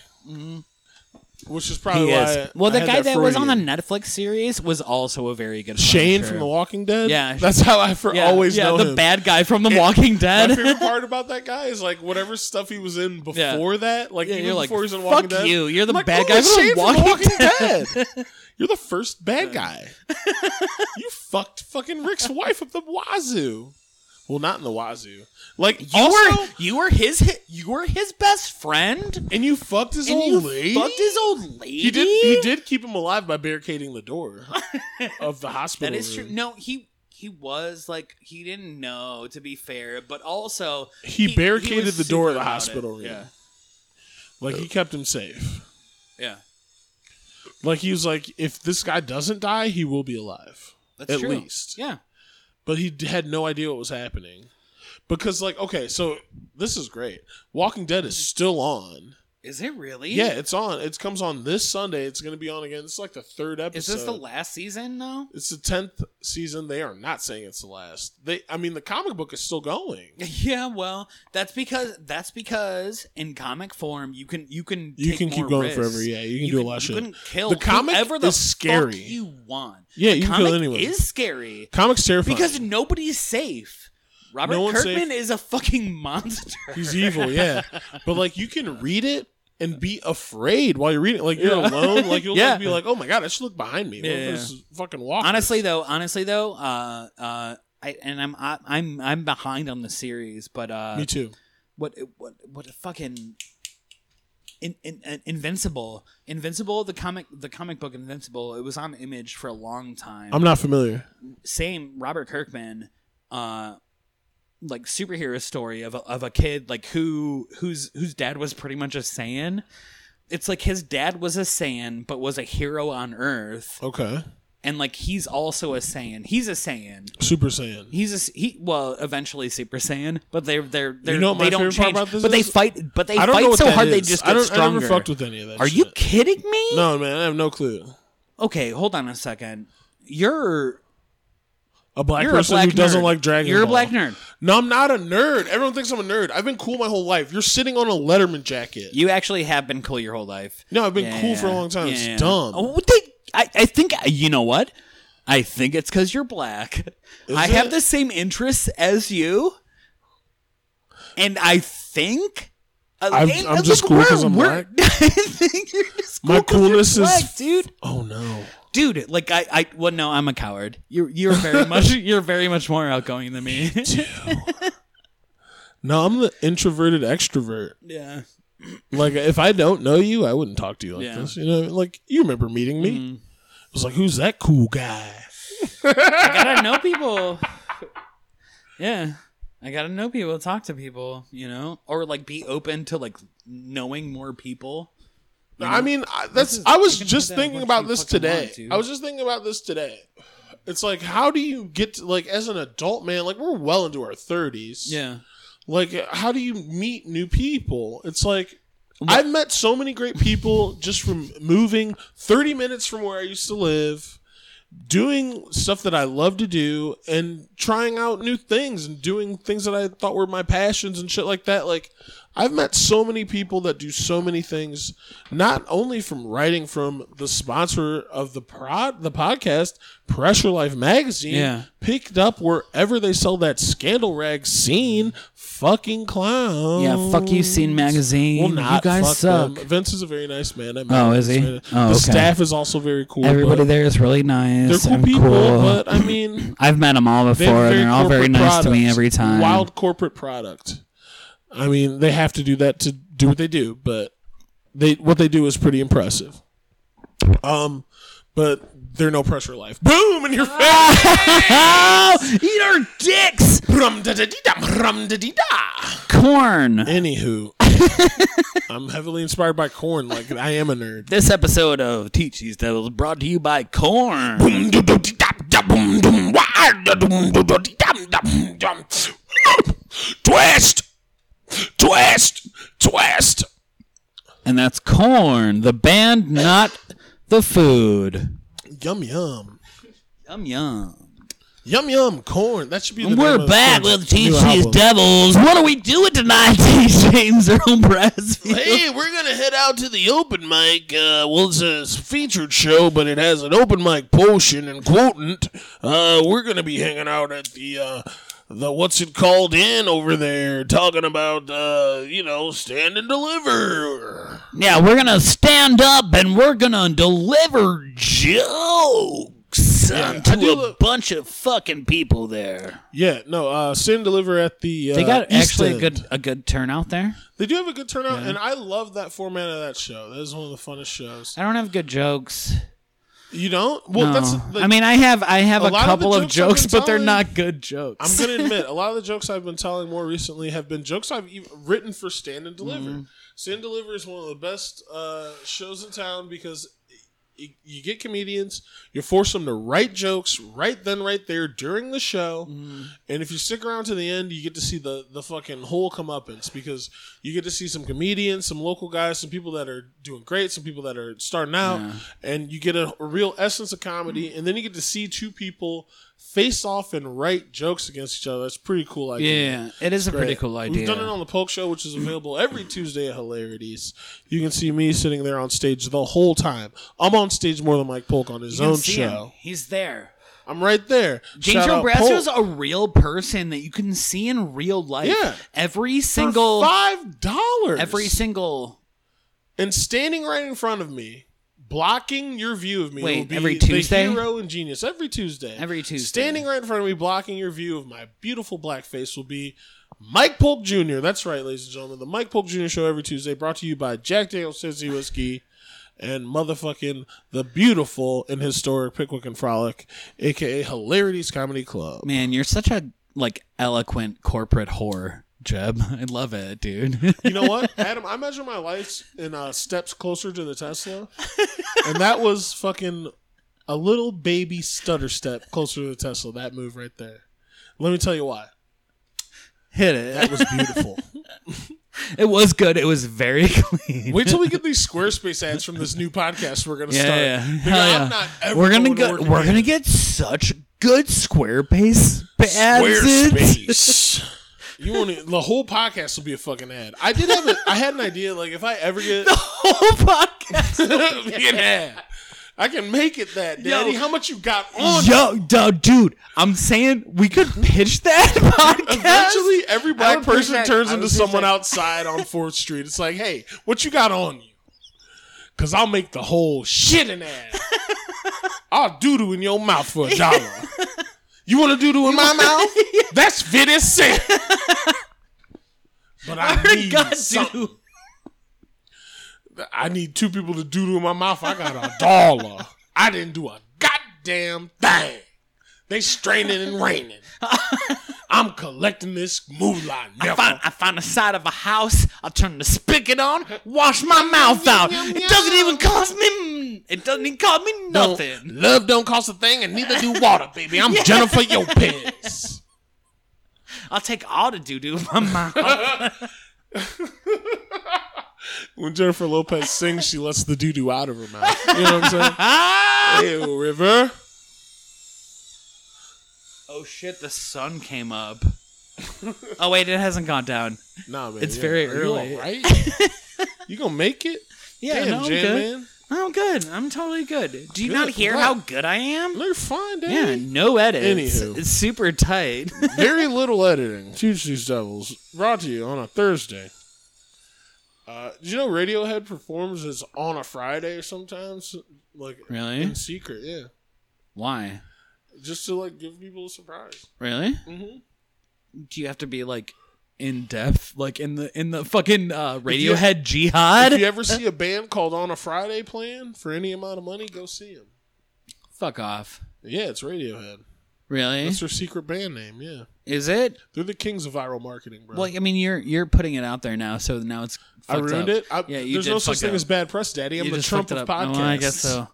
[SPEAKER 2] which is probably
[SPEAKER 1] Mm-hmm. He
[SPEAKER 2] why.
[SPEAKER 1] is. Well,
[SPEAKER 2] I
[SPEAKER 1] the
[SPEAKER 2] had
[SPEAKER 1] guy that, was on
[SPEAKER 2] Freudian.
[SPEAKER 1] the Netflix series was also a very good
[SPEAKER 2] Shane
[SPEAKER 1] Punisher.
[SPEAKER 2] from The Walking Dead.
[SPEAKER 1] Yeah.
[SPEAKER 2] that's how I for
[SPEAKER 1] yeah,
[SPEAKER 2] always
[SPEAKER 1] yeah,
[SPEAKER 2] know
[SPEAKER 1] the
[SPEAKER 2] him.
[SPEAKER 1] bad guy from The Walking Dead.
[SPEAKER 2] My favorite part about that guy is like whatever stuff he was in before
[SPEAKER 1] Yeah.
[SPEAKER 2] that, like
[SPEAKER 1] Yeah,
[SPEAKER 2] even
[SPEAKER 1] you're like,
[SPEAKER 2] before he was in
[SPEAKER 1] "Fuck
[SPEAKER 2] Walking Dead.
[SPEAKER 1] you, you're the
[SPEAKER 2] I'm like,
[SPEAKER 1] bad
[SPEAKER 2] "Oh,
[SPEAKER 1] guy
[SPEAKER 2] it's
[SPEAKER 1] from
[SPEAKER 2] Shane
[SPEAKER 1] Walking
[SPEAKER 2] Dead. you're the first bad guy. you fucked fucking Rick's wife up the wazoo. Well, not in the wazoo. Like
[SPEAKER 1] you
[SPEAKER 2] also,
[SPEAKER 1] were you were his hi- you were his best friend.
[SPEAKER 2] and you fucked his
[SPEAKER 1] And
[SPEAKER 2] old
[SPEAKER 1] you
[SPEAKER 2] lady.
[SPEAKER 1] fucked his old lady.
[SPEAKER 2] he did. He did keep him alive by barricading the door of the hospital.
[SPEAKER 1] That is true.
[SPEAKER 2] room.
[SPEAKER 1] No, he he was like he didn't know to be fair, but also
[SPEAKER 2] He barricaded
[SPEAKER 1] was
[SPEAKER 2] the door
[SPEAKER 1] super
[SPEAKER 2] of the
[SPEAKER 1] about
[SPEAKER 2] hospital
[SPEAKER 1] it.
[SPEAKER 2] room.
[SPEAKER 1] Yeah,
[SPEAKER 2] Like he kept him safe.
[SPEAKER 1] yeah,
[SPEAKER 2] Like he was like, if this guy doesn't die, he will be alive.
[SPEAKER 1] that's
[SPEAKER 2] At
[SPEAKER 1] true.
[SPEAKER 2] least.
[SPEAKER 1] yeah.
[SPEAKER 2] But he d- had no idea what was happening. Because like, okay, so this is great. Walking Dead is still on.
[SPEAKER 1] Is it really?
[SPEAKER 2] Yeah, it's on. It comes on this Sunday. It's going to be on again. It's like the third episode.
[SPEAKER 1] Is this the last season though?
[SPEAKER 2] It's the tenth season. They are not saying it's the last. They, I mean, the comic book is still going.
[SPEAKER 1] Yeah, well, that's because that's because in comic form you can you can
[SPEAKER 2] You
[SPEAKER 1] take
[SPEAKER 2] can keep
[SPEAKER 1] more
[SPEAKER 2] going
[SPEAKER 1] risks.
[SPEAKER 2] forever, yeah, you can do a lot of
[SPEAKER 1] you
[SPEAKER 2] shit.
[SPEAKER 1] Can kill
[SPEAKER 2] The comic
[SPEAKER 1] whoever the
[SPEAKER 2] is scary.
[SPEAKER 1] fuck you want.
[SPEAKER 2] Yeah,
[SPEAKER 1] The
[SPEAKER 2] you can kill
[SPEAKER 1] comic
[SPEAKER 2] anyone.
[SPEAKER 1] Is scary
[SPEAKER 2] Comics terrifying
[SPEAKER 1] because nobody's safe. Robert
[SPEAKER 2] No one's
[SPEAKER 1] Kirkman is a fucking monster.
[SPEAKER 2] He's evil, yeah. But like you can read it and be afraid while you're reading. it. Like you're
[SPEAKER 1] Yeah.
[SPEAKER 2] alone. Like you'll
[SPEAKER 1] Yeah.
[SPEAKER 2] like, be like, oh my god, I should look behind me. What if
[SPEAKER 1] Yeah.
[SPEAKER 2] there's fucking walk.
[SPEAKER 1] honestly though, honestly though, uh, uh, I and I'm I, I'm I'm behind on the series, but uh,
[SPEAKER 2] me too.
[SPEAKER 1] what what what a fucking in, in, in- invincible invincible the comic the comic book invincible it was on image for a long time
[SPEAKER 2] I'm not familiar.
[SPEAKER 1] same robert kirkman uh like superhero story of a, of a kid like who whose whose dad was pretty much a saiyan it's like his dad was a saiyan but was a hero on earth
[SPEAKER 2] Okay.
[SPEAKER 1] and like he's also a Saiyan. He's a Saiyan.
[SPEAKER 2] Super Saiyan.
[SPEAKER 1] He's a S- he. Well, eventually Super Saiyan, but they're they're they're
[SPEAKER 2] know what my
[SPEAKER 1] they don't
[SPEAKER 2] favorite part
[SPEAKER 1] change.
[SPEAKER 2] about this
[SPEAKER 1] but they
[SPEAKER 2] is?
[SPEAKER 1] fight. But they
[SPEAKER 2] I don't know
[SPEAKER 1] fight
[SPEAKER 2] what
[SPEAKER 1] so
[SPEAKER 2] that
[SPEAKER 1] hard they
[SPEAKER 2] is.
[SPEAKER 1] just
[SPEAKER 2] I
[SPEAKER 1] get
[SPEAKER 2] don't, I
[SPEAKER 1] stronger.
[SPEAKER 2] never fucked with any of that.
[SPEAKER 1] Are you
[SPEAKER 2] shit.
[SPEAKER 1] kidding me?
[SPEAKER 2] No, man, I have no clue.
[SPEAKER 1] Okay, hold on a second. You're
[SPEAKER 2] A black
[SPEAKER 1] you're
[SPEAKER 2] person
[SPEAKER 1] a black
[SPEAKER 2] who doesn't
[SPEAKER 1] nerd.
[SPEAKER 2] like Dragon
[SPEAKER 1] You're
[SPEAKER 2] Ball.
[SPEAKER 1] a black nerd.
[SPEAKER 2] No, I'm not a nerd. Everyone thinks I'm a nerd. I've been cool my whole life. You're sitting on a Letterman jacket.
[SPEAKER 1] You actually have been cool your whole life.
[SPEAKER 2] No, I've been
[SPEAKER 1] Yeah,
[SPEAKER 2] cool for a
[SPEAKER 1] yeah,
[SPEAKER 2] long time. It's
[SPEAKER 1] yeah.
[SPEAKER 2] dumb.
[SPEAKER 1] Oh, what the- I, I think you know what? I think it's because you're black. I have
[SPEAKER 2] it?
[SPEAKER 1] the same interests as you, and I think. uh,
[SPEAKER 2] I'm-
[SPEAKER 1] and-
[SPEAKER 2] I'm
[SPEAKER 1] look,
[SPEAKER 2] just cool 'cause
[SPEAKER 1] we're-
[SPEAKER 2] I'm
[SPEAKER 1] we're- I think you're just cool
[SPEAKER 2] My
[SPEAKER 1] 'cause you're
[SPEAKER 2] coolness is-
[SPEAKER 1] black, dude.
[SPEAKER 2] Oh no.
[SPEAKER 1] Dude, like I, I, well, no, I'm a coward. You're, you're very much, you're very much more outgoing than me.
[SPEAKER 2] No, I'm the introverted extrovert.
[SPEAKER 1] yeah.
[SPEAKER 2] Like if I don't know you, I wouldn't talk to you like
[SPEAKER 1] Yeah. Mm-hmm.
[SPEAKER 2] this. You know, like you remember meeting me. It was like, who's that cool guy?
[SPEAKER 1] I gotta know people. Yeah, I gotta know people, talk to people, you know, or like be open to like knowing more people.
[SPEAKER 2] I mean, I, that's.
[SPEAKER 1] is-
[SPEAKER 2] I was
[SPEAKER 1] you can
[SPEAKER 2] just
[SPEAKER 1] do that
[SPEAKER 2] thinking
[SPEAKER 1] once
[SPEAKER 2] about
[SPEAKER 1] you
[SPEAKER 2] this
[SPEAKER 1] fucking
[SPEAKER 2] today.
[SPEAKER 1] want to.
[SPEAKER 2] I was just thinking about this today. It's like, how do you get to, like as an adult man? Like we're well into our thirties.
[SPEAKER 1] Yeah,
[SPEAKER 2] Like, how do you meet new people? It's like. I've met so many great people just from moving 30 minutes from where I used to live, doing stuff that I love to do, and trying out new things and doing things that I thought were my passions and shit like that. Like, I've met so many people that do so many things, not only from writing from the sponsor of the prod, the podcast, Pressure Life Magazine,
[SPEAKER 1] Yeah.
[SPEAKER 2] picked up wherever they sell that scandal rag scene. Fucking clown.
[SPEAKER 1] yeah. Fuck you, Scene Magazine.
[SPEAKER 2] Well, not
[SPEAKER 1] you guys
[SPEAKER 2] fuck
[SPEAKER 1] suck.
[SPEAKER 2] them. Vince is a very nice man. I met
[SPEAKER 1] Oh,
[SPEAKER 2] him.
[SPEAKER 1] is he?
[SPEAKER 2] He's very-
[SPEAKER 1] Oh,
[SPEAKER 2] the
[SPEAKER 1] okay.
[SPEAKER 2] staff is also very cool.
[SPEAKER 1] Everybody
[SPEAKER 2] but
[SPEAKER 1] there is really nice.
[SPEAKER 2] they're cool
[SPEAKER 1] and
[SPEAKER 2] people,
[SPEAKER 1] cool.
[SPEAKER 2] but I mean,
[SPEAKER 1] I've met them all
[SPEAKER 2] they have
[SPEAKER 1] before, and
[SPEAKER 2] very
[SPEAKER 1] they're all very
[SPEAKER 2] corporate
[SPEAKER 1] nice to me
[SPEAKER 2] products.
[SPEAKER 1] every time.
[SPEAKER 2] Wild corporate product. I mean, they have to do that to do what they do, but they what they do is pretty impressive. Um, but they're no pressure life. Boom in your face.
[SPEAKER 1] Oh, eat our dicks,
[SPEAKER 2] Rum da da dee da, rum da dee da.
[SPEAKER 1] corn.
[SPEAKER 2] Anywho, I'm heavily inspired by corn. Like I am a nerd.
[SPEAKER 1] This episode of Teach These Devils brought to you by Corn.
[SPEAKER 2] Twist! Twist! Twist!
[SPEAKER 1] And that's corn, the band, not the food.
[SPEAKER 2] Yum yum.
[SPEAKER 1] Yum yum.
[SPEAKER 2] Yum yum corn. That should be the name
[SPEAKER 1] We're
[SPEAKER 2] of
[SPEAKER 1] back
[SPEAKER 2] Corn's
[SPEAKER 1] with Teach
[SPEAKER 2] new
[SPEAKER 1] These
[SPEAKER 2] album.
[SPEAKER 1] Devils. What are we doing tonight, Teach James Earl Brassfield?
[SPEAKER 2] Hey, we're gonna head out to the open mic. Uh, well, it's a featured show, but it has an open mic portion and quotient. Uh, we're gonna be hanging out at the uh, the what's it called inn over there, talking about uh, you know stand and deliver.
[SPEAKER 1] Yeah, we're gonna stand up and we're gonna deliver jokes
[SPEAKER 2] I do
[SPEAKER 1] to a
[SPEAKER 2] look-
[SPEAKER 1] bunch of fucking people there.
[SPEAKER 2] Yeah, no, uh, stand and deliver at the. Uh,
[SPEAKER 1] They got
[SPEAKER 2] East
[SPEAKER 1] actually a
[SPEAKER 2] End.
[SPEAKER 1] good a good turnout there.
[SPEAKER 2] They do have a good turnout, and I love that format of that show. That is one of the funnest shows.
[SPEAKER 1] I don't have good jokes.
[SPEAKER 2] You don't? Well,
[SPEAKER 1] No.
[SPEAKER 2] that's. the-
[SPEAKER 1] I mean, I have I have
[SPEAKER 2] a
[SPEAKER 1] a,
[SPEAKER 2] lot of the
[SPEAKER 1] couple of
[SPEAKER 2] jokes I've been
[SPEAKER 1] jokes, but they're
[SPEAKER 2] telling-
[SPEAKER 1] not good jokes.
[SPEAKER 2] I'm gonna admit a lot of the jokes I've been telling more recently have been jokes I've even written for Stand and Deliver.
[SPEAKER 1] Mm-hmm.
[SPEAKER 2] Stand and Deliver is one of the best uh, shows in town because y- you get comedians, you force them to write jokes right then, right there during the show, and if you stick around to the end, you get to see the the fucking whole comeuppance because you get to see some comedians, some local guys, some people that are doing great, some people that are starting out, and you get a, a real essence of comedy, and then you get to see two people face off and write jokes against each other. That's a pretty cool idea.
[SPEAKER 1] Yeah, it is a pretty
[SPEAKER 2] Right.
[SPEAKER 1] cool idea.
[SPEAKER 2] We've done it on the Polk Show, which is available every Tuesday at Hilarities. You can see me sitting there on stage the whole time. I'm on stage more than Mike Polk on his
[SPEAKER 1] You can
[SPEAKER 2] own
[SPEAKER 1] see him.
[SPEAKER 2] show.
[SPEAKER 1] He's there.
[SPEAKER 2] I'm right there.
[SPEAKER 1] James
[SPEAKER 2] Shout
[SPEAKER 1] Earl
[SPEAKER 2] out
[SPEAKER 1] Brassio's
[SPEAKER 2] Polk.
[SPEAKER 1] a real person that you can see in real life.
[SPEAKER 2] Yeah.
[SPEAKER 1] Every
[SPEAKER 2] For
[SPEAKER 1] single
[SPEAKER 2] five dollars.
[SPEAKER 1] every single
[SPEAKER 2] and standing right in front of me, blocking your view of me.
[SPEAKER 1] Wait,
[SPEAKER 2] will be
[SPEAKER 1] every Tuesday?
[SPEAKER 2] the hero and genius every Tuesday.
[SPEAKER 1] Every Tuesday.
[SPEAKER 2] standing right in front of me, blocking your view of my beautiful black face will be Mike Polk Jr. That's right, ladies and gentlemen, the Mike Polk Jr. Show every Tuesday, brought to you by Jack Daniel's Tennessee Whiskey. And motherfucking the beautiful and historic Pickwick and Frolic, aka Hilarities Comedy Club.
[SPEAKER 1] man, you're such a like eloquent corporate whore, Jeb. I love it, dude.
[SPEAKER 2] You know what, Adam? I measure my life in uh, steps closer to the Tesla, and that was fucking a little baby stutter step closer to the Tesla. That move right there. Let me tell you why.
[SPEAKER 1] Hit it.
[SPEAKER 4] That was beautiful.
[SPEAKER 1] It was good. It was very clean.
[SPEAKER 2] Wait till we get these Squarespace ads from this new podcast we're gonna
[SPEAKER 1] Yeah,
[SPEAKER 2] start.
[SPEAKER 1] yeah.
[SPEAKER 2] Because
[SPEAKER 1] Hell yeah.
[SPEAKER 2] I'm not ever
[SPEAKER 1] we're gonna
[SPEAKER 2] going to
[SPEAKER 1] go.
[SPEAKER 2] work
[SPEAKER 1] We're
[SPEAKER 2] again.
[SPEAKER 1] gonna get such good Squarespace ads.
[SPEAKER 2] Squarespace. you want to, the whole podcast will be a fucking ad. I did have a, I had an idea like if I ever get
[SPEAKER 1] Whole Oh, podcast.
[SPEAKER 2] be an ad, I can make it that, Daddy. How much you got on?
[SPEAKER 1] Yo, duh, dude, I'm saying we could pitch that podcast.
[SPEAKER 2] Eventually, every
[SPEAKER 4] I
[SPEAKER 2] black
[SPEAKER 4] would pitch
[SPEAKER 2] person
[SPEAKER 4] that-
[SPEAKER 2] turns
[SPEAKER 4] I would
[SPEAKER 2] into
[SPEAKER 4] pitch
[SPEAKER 2] someone
[SPEAKER 4] that.
[SPEAKER 2] outside on Fourth Street. It's like, hey, what you got on you? Cause I'll make the whole shit an ad. I'll doodoo in your mouth for a dollar. You want to doodoo in my mouth? That's fifty cent. But I
[SPEAKER 1] Alright,
[SPEAKER 2] need
[SPEAKER 1] God,
[SPEAKER 2] something.
[SPEAKER 1] dude.
[SPEAKER 2] I need two people to doodoo in my mouth. I got a dollar. I didn't do a goddamn thing. They straining and raining. I'm collecting this moolah.
[SPEAKER 1] I
[SPEAKER 2] Never.
[SPEAKER 1] find, I find the side of a house. I turn the spigot on, wash my mouth out. It doesn't even cost me. It doesn't even cost me
[SPEAKER 2] Don't-
[SPEAKER 1] nothing.
[SPEAKER 2] Love don't cost a thing, and neither do water, baby. I'm Jennifer Lopez.
[SPEAKER 1] I'll take all the doo doo in my mouth.
[SPEAKER 2] When Jennifer Lopez sings, she lets the doo doo out of her mouth. You know what I'm
[SPEAKER 1] Ah!
[SPEAKER 2] saying? Ew, River.
[SPEAKER 1] Oh shit! The sun came up. oh wait, it hasn't gone down.
[SPEAKER 2] Nah, man.
[SPEAKER 1] It's very early.
[SPEAKER 2] You all right? you gonna make it?
[SPEAKER 1] Yeah,
[SPEAKER 2] Damn,
[SPEAKER 1] no, I'm
[SPEAKER 2] Jen,
[SPEAKER 1] good.
[SPEAKER 2] man.
[SPEAKER 1] I'm good. I'm totally good. Do you
[SPEAKER 2] Good.
[SPEAKER 1] not hear
[SPEAKER 2] Wow.
[SPEAKER 1] how good I am?
[SPEAKER 2] No, you're fine, Daddy.
[SPEAKER 1] Yeah, no edits.
[SPEAKER 2] Anywho.
[SPEAKER 1] It's super tight.
[SPEAKER 2] Very little editing. Teach these devils. Brought to you on a Thursday. Uh, did you know Radiohead performs is on a Friday sometimes, like
[SPEAKER 1] really?
[SPEAKER 2] in secret? Yeah,
[SPEAKER 1] Why?
[SPEAKER 2] just to like give people a surprise.
[SPEAKER 1] Really?
[SPEAKER 2] Mhm.
[SPEAKER 1] Do you have to be like in depth, like in the in the fucking uh, Radiohead jihad?
[SPEAKER 2] If you ever see a band called On a Friday playing for any amount of money, go see them.
[SPEAKER 1] Fuck off.
[SPEAKER 2] Yeah, it's Radiohead.
[SPEAKER 1] Really?
[SPEAKER 2] That's their secret band name. Yeah,
[SPEAKER 1] Is it?
[SPEAKER 2] they're the kings of viral marketing, bro.
[SPEAKER 1] Well, I mean, you're you're putting it out there now, so now it's.
[SPEAKER 2] I
[SPEAKER 1] fucked
[SPEAKER 2] ruined
[SPEAKER 1] up.
[SPEAKER 2] it. I,
[SPEAKER 1] yeah, you
[SPEAKER 2] there's
[SPEAKER 1] did
[SPEAKER 2] no such
[SPEAKER 1] fuck
[SPEAKER 2] thing
[SPEAKER 1] up.
[SPEAKER 2] as bad press, Daddy. I'm
[SPEAKER 1] You
[SPEAKER 2] the
[SPEAKER 1] just
[SPEAKER 2] Trump
[SPEAKER 1] fucked it
[SPEAKER 2] of
[SPEAKER 1] up.
[SPEAKER 2] podcasts.
[SPEAKER 1] No, I guess so.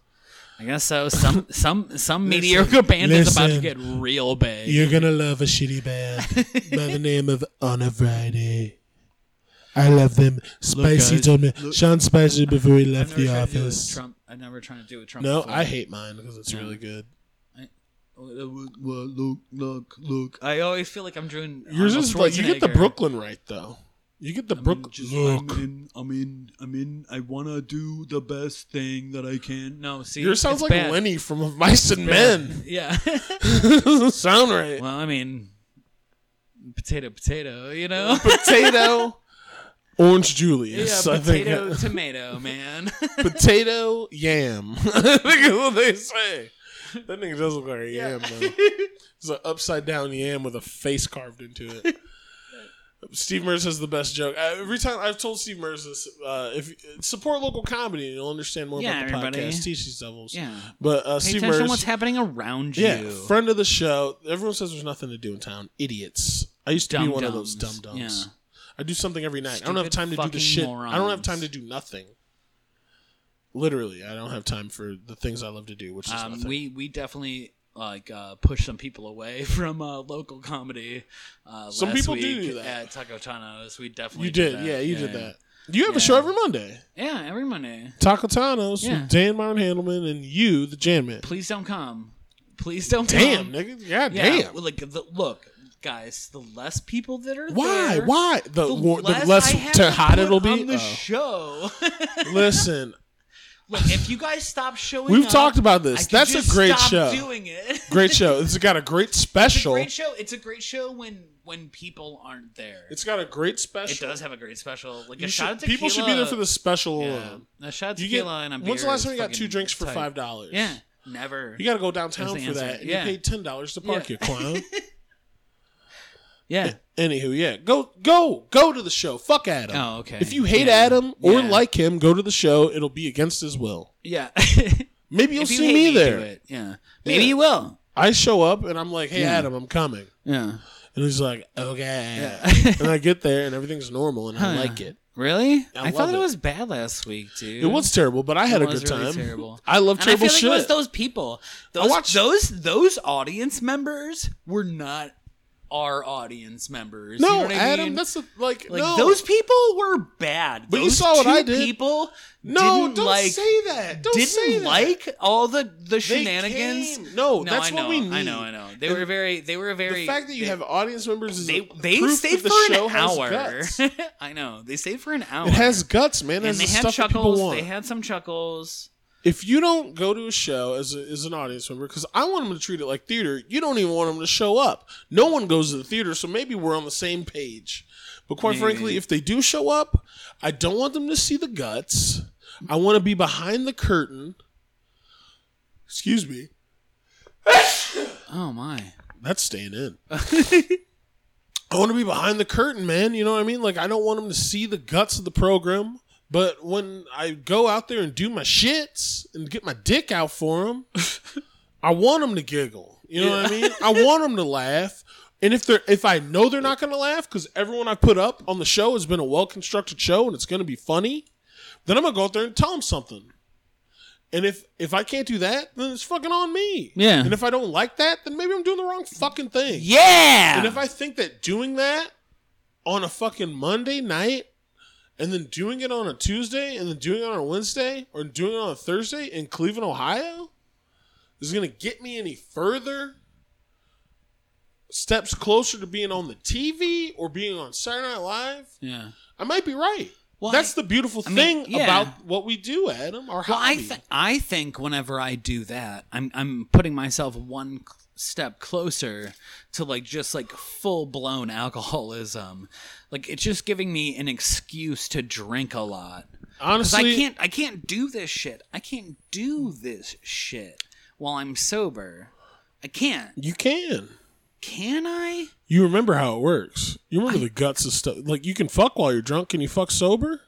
[SPEAKER 1] I guess so. Some some some mediocre
[SPEAKER 2] Listen,
[SPEAKER 1] band is about to
[SPEAKER 2] listen.
[SPEAKER 1] get real big.
[SPEAKER 2] gonna love a shitty band by the name of
[SPEAKER 4] On a Friday. I love them.
[SPEAKER 1] Spicy guys, told
[SPEAKER 4] me. Sean Spicer before he
[SPEAKER 1] I've never tried to do it with Trump. I've never tried to do it with Trump.
[SPEAKER 2] No,
[SPEAKER 1] before.
[SPEAKER 2] I hate mine because it's really good.
[SPEAKER 1] Look, look, look, look. I always feel like I'm doing.
[SPEAKER 2] Yours
[SPEAKER 1] Arnold
[SPEAKER 2] is like you get the
[SPEAKER 1] Schwarzenegger.
[SPEAKER 2] Brooklyn right though. You get the
[SPEAKER 1] I'm
[SPEAKER 2] Brooklyn.
[SPEAKER 1] just-
[SPEAKER 2] Look,
[SPEAKER 1] I'm in. I'm in. I'm in. I wanna do the best thing that I can. No, see,
[SPEAKER 2] yours sounds
[SPEAKER 1] it's
[SPEAKER 2] like
[SPEAKER 1] bad.
[SPEAKER 2] Lenny from Of Mice and Men.
[SPEAKER 1] Yeah.
[SPEAKER 2] Doesn't sound right.
[SPEAKER 1] well, I mean, potato, potato. You know.
[SPEAKER 2] Potato, Orange Julius.
[SPEAKER 1] yeah,
[SPEAKER 2] I think
[SPEAKER 1] potato, tomato, man.
[SPEAKER 2] potato yam. I think is what they say. That nigga does look like a yam though. It's an upside down yam with a face carved into it. Steve Merz has the best joke. Uh, every time I've told Steve Merz this, uh, if support local comedy, and you'll understand more
[SPEAKER 1] Yeah,
[SPEAKER 2] about the
[SPEAKER 1] everybody.
[SPEAKER 2] podcast. Teach these devils.
[SPEAKER 1] yeah.
[SPEAKER 2] But uh,
[SPEAKER 1] Pay
[SPEAKER 2] Steve
[SPEAKER 1] attention to
[SPEAKER 2] Merz,
[SPEAKER 1] what's happening around you.
[SPEAKER 2] yeah, friend of the show. Everyone says there's nothing to do in town. Idiots. I used to be one of those dumb
[SPEAKER 1] Dum-dums.
[SPEAKER 2] dumbs.
[SPEAKER 1] Yeah.
[SPEAKER 2] I do something every night. I don't have
[SPEAKER 1] Stupid
[SPEAKER 2] time to do the
[SPEAKER 1] fucking
[SPEAKER 2] shit. I don't have
[SPEAKER 1] morons.
[SPEAKER 2] time to do nothing. Literally, I don't have time for the things I love to do, which is
[SPEAKER 1] um,
[SPEAKER 2] nothing.
[SPEAKER 1] we we definitely like uh, push some people away from uh, local comedy. Uh,
[SPEAKER 2] Some
[SPEAKER 1] last
[SPEAKER 2] people
[SPEAKER 1] week
[SPEAKER 2] do do that.
[SPEAKER 1] at Taco Tano's. We definitely
[SPEAKER 2] you did,
[SPEAKER 1] that.
[SPEAKER 2] yeah, you did that. You have a show
[SPEAKER 1] Yeah.
[SPEAKER 2] every Monday.
[SPEAKER 1] Yeah, every Monday.
[SPEAKER 2] Taco Tanos
[SPEAKER 1] Yeah.
[SPEAKER 2] with Dan Martin Handelman and you, the Jan Man.
[SPEAKER 1] Please don't come. Please don't
[SPEAKER 2] Damn,
[SPEAKER 1] come.
[SPEAKER 2] nigga, god
[SPEAKER 1] Yeah,
[SPEAKER 2] damn.
[SPEAKER 1] well, Like the, look, guys, the less people that are
[SPEAKER 2] Why?
[SPEAKER 1] there,
[SPEAKER 2] Why? The
[SPEAKER 1] The
[SPEAKER 2] war,
[SPEAKER 1] less,
[SPEAKER 2] the less
[SPEAKER 1] I have
[SPEAKER 2] to
[SPEAKER 1] to
[SPEAKER 2] hot
[SPEAKER 1] put
[SPEAKER 2] it'll be.
[SPEAKER 1] on the
[SPEAKER 2] Oh.
[SPEAKER 1] show.
[SPEAKER 2] Listen,
[SPEAKER 1] look, if you guys stop showing,
[SPEAKER 2] we've
[SPEAKER 1] up,
[SPEAKER 2] talked about
[SPEAKER 1] I
[SPEAKER 2] this.
[SPEAKER 1] could
[SPEAKER 2] That's a
[SPEAKER 1] just
[SPEAKER 2] great
[SPEAKER 1] stop
[SPEAKER 2] show.
[SPEAKER 1] Doing it.
[SPEAKER 2] Great show. It's got a great
[SPEAKER 1] It's a
[SPEAKER 2] special.
[SPEAKER 1] great show. It's a great show when when people aren't there.
[SPEAKER 2] It's got a great special.
[SPEAKER 1] It does have a great special. Like
[SPEAKER 2] You
[SPEAKER 1] a shot of
[SPEAKER 2] should,
[SPEAKER 1] tequila.
[SPEAKER 2] people should be there for the special
[SPEAKER 1] yeah.
[SPEAKER 2] alone.
[SPEAKER 1] A shot of
[SPEAKER 2] You get,
[SPEAKER 1] tequila and a beer.
[SPEAKER 2] when's the last
[SPEAKER 1] is
[SPEAKER 2] time you got two
[SPEAKER 1] fucking
[SPEAKER 2] drinks for
[SPEAKER 1] tight.
[SPEAKER 2] five dollars?
[SPEAKER 1] Yeah, never.
[SPEAKER 2] You got to go downtown
[SPEAKER 1] That's the
[SPEAKER 2] for
[SPEAKER 1] answer.
[SPEAKER 2] that. and
[SPEAKER 1] Yeah.
[SPEAKER 2] You paid ten dollars to park,
[SPEAKER 1] Yeah.
[SPEAKER 2] you clown.
[SPEAKER 1] yeah.
[SPEAKER 2] Anywho, yeah, go, go, go to the show. Fuck Adam.
[SPEAKER 1] Oh, okay.
[SPEAKER 2] If you hate
[SPEAKER 1] Yeah.
[SPEAKER 2] Adam or
[SPEAKER 1] Yeah.
[SPEAKER 2] like him, go to the show. It'll be against his will.
[SPEAKER 1] Yeah.
[SPEAKER 2] Maybe you'll
[SPEAKER 1] if you
[SPEAKER 2] see
[SPEAKER 1] hate
[SPEAKER 2] me
[SPEAKER 1] me, do
[SPEAKER 2] there.
[SPEAKER 1] it. Yeah. Maybe
[SPEAKER 2] Yeah.
[SPEAKER 1] you will.
[SPEAKER 2] I show up and I'm like, "Hey,
[SPEAKER 1] Yeah.
[SPEAKER 2] Adam, I'm coming,"
[SPEAKER 1] Yeah.
[SPEAKER 2] and he's like, "Okay,"
[SPEAKER 1] Yeah.
[SPEAKER 2] and I get there and everything's normal and I
[SPEAKER 1] Huh.
[SPEAKER 2] like it.
[SPEAKER 1] Really?
[SPEAKER 2] I
[SPEAKER 1] I, thought
[SPEAKER 2] love
[SPEAKER 1] it.
[SPEAKER 2] it.
[SPEAKER 1] was bad last week, dude.
[SPEAKER 2] It was terrible, but I had
[SPEAKER 1] It
[SPEAKER 2] a
[SPEAKER 1] was
[SPEAKER 2] good
[SPEAKER 1] really
[SPEAKER 2] time.
[SPEAKER 1] terrible.
[SPEAKER 2] I love
[SPEAKER 1] And
[SPEAKER 2] terrible
[SPEAKER 1] I feel
[SPEAKER 2] shit.
[SPEAKER 1] Like it was those people. Those
[SPEAKER 2] watched-
[SPEAKER 1] those those audience members were not our audience members. You
[SPEAKER 2] no,
[SPEAKER 1] know what I
[SPEAKER 2] Adam,
[SPEAKER 1] mean?
[SPEAKER 2] that's a, like,
[SPEAKER 1] like
[SPEAKER 2] no.
[SPEAKER 1] those people were bad.
[SPEAKER 2] But you
[SPEAKER 1] those
[SPEAKER 2] saw what
[SPEAKER 1] two
[SPEAKER 2] I did.
[SPEAKER 1] People
[SPEAKER 2] no,
[SPEAKER 1] didn't
[SPEAKER 2] don't
[SPEAKER 1] like,
[SPEAKER 2] say that. Don't
[SPEAKER 1] didn't
[SPEAKER 2] say that.
[SPEAKER 1] like all the the
[SPEAKER 2] They
[SPEAKER 1] shenanigans.
[SPEAKER 2] came. No, that's
[SPEAKER 1] I
[SPEAKER 2] what
[SPEAKER 1] know,
[SPEAKER 2] we
[SPEAKER 1] I
[SPEAKER 2] need.
[SPEAKER 1] know, I know. They
[SPEAKER 2] And
[SPEAKER 1] were very. They were very.
[SPEAKER 2] The fact that you
[SPEAKER 1] they,
[SPEAKER 2] have audience members is
[SPEAKER 1] they
[SPEAKER 2] a
[SPEAKER 1] they
[SPEAKER 2] proof
[SPEAKER 1] stayed
[SPEAKER 2] that the
[SPEAKER 1] for
[SPEAKER 2] show
[SPEAKER 1] an
[SPEAKER 2] has
[SPEAKER 1] hour.
[SPEAKER 2] guts.
[SPEAKER 1] I know they stayed for an hour.
[SPEAKER 2] It has guts, man.
[SPEAKER 1] and
[SPEAKER 2] It has
[SPEAKER 1] they
[SPEAKER 2] the
[SPEAKER 1] had
[SPEAKER 2] stuff that people
[SPEAKER 1] chuckles.
[SPEAKER 2] want.
[SPEAKER 1] They had some chuckles.
[SPEAKER 2] if you don't go to a show as, a, as an audience member, because I want them to treat it like theater, you don't even want them to show up. No one goes to the theater, so maybe we're on the same page. But quite frankly, if they do show up, I don't want them to see the guts. I want to be behind the curtain. Excuse me.
[SPEAKER 1] Oh my.
[SPEAKER 2] That's staying in. I want to be behind the curtain, man. You know what I mean? Like, I don't want them to see the guts of the program. But when I go out there and do my shits and get my dick out for them, I want them to giggle. You know what I mean? I want them to laugh. And if they're if I know they're not going to laugh because everyone I put up on the show has been a well constructed show and it's going to be funny, then I'm gonna go out there and tell them something. And if if I can't do that, then it's fucking on me.
[SPEAKER 1] Yeah.
[SPEAKER 2] And if I don't like that, then maybe I'm doing the wrong fucking thing.
[SPEAKER 1] Yeah.
[SPEAKER 2] And if I think that doing that on a fucking Monday night and then doing it on a Tuesday and then doing it on a Wednesday or doing it on a Thursday in Cleveland, Ohio is going to get me any further steps closer to being on the TV or being on Saturday Night Live,
[SPEAKER 1] yeah.
[SPEAKER 2] I might be right.
[SPEAKER 1] Well,
[SPEAKER 2] That's
[SPEAKER 1] I-
[SPEAKER 2] the beautiful
[SPEAKER 1] I mean,
[SPEAKER 2] thing
[SPEAKER 1] yeah.
[SPEAKER 2] about what we do, Adam. Our
[SPEAKER 1] Well, I
[SPEAKER 2] hobby.
[SPEAKER 1] th- I think whenever I do that, I'm I'm putting myself one c- step closer to like just like full blown alcoholism. Like it's just giving me an excuse to drink a lot. Cuz I
[SPEAKER 2] Honestly,
[SPEAKER 1] can't I can't do this shit. I can't do this shit while I'm sober. I can't.
[SPEAKER 2] you can.
[SPEAKER 1] Can I?
[SPEAKER 2] You remember how it works. You remember the guts of stuff. Like you can fuck while you're drunk. Can you fuck sober?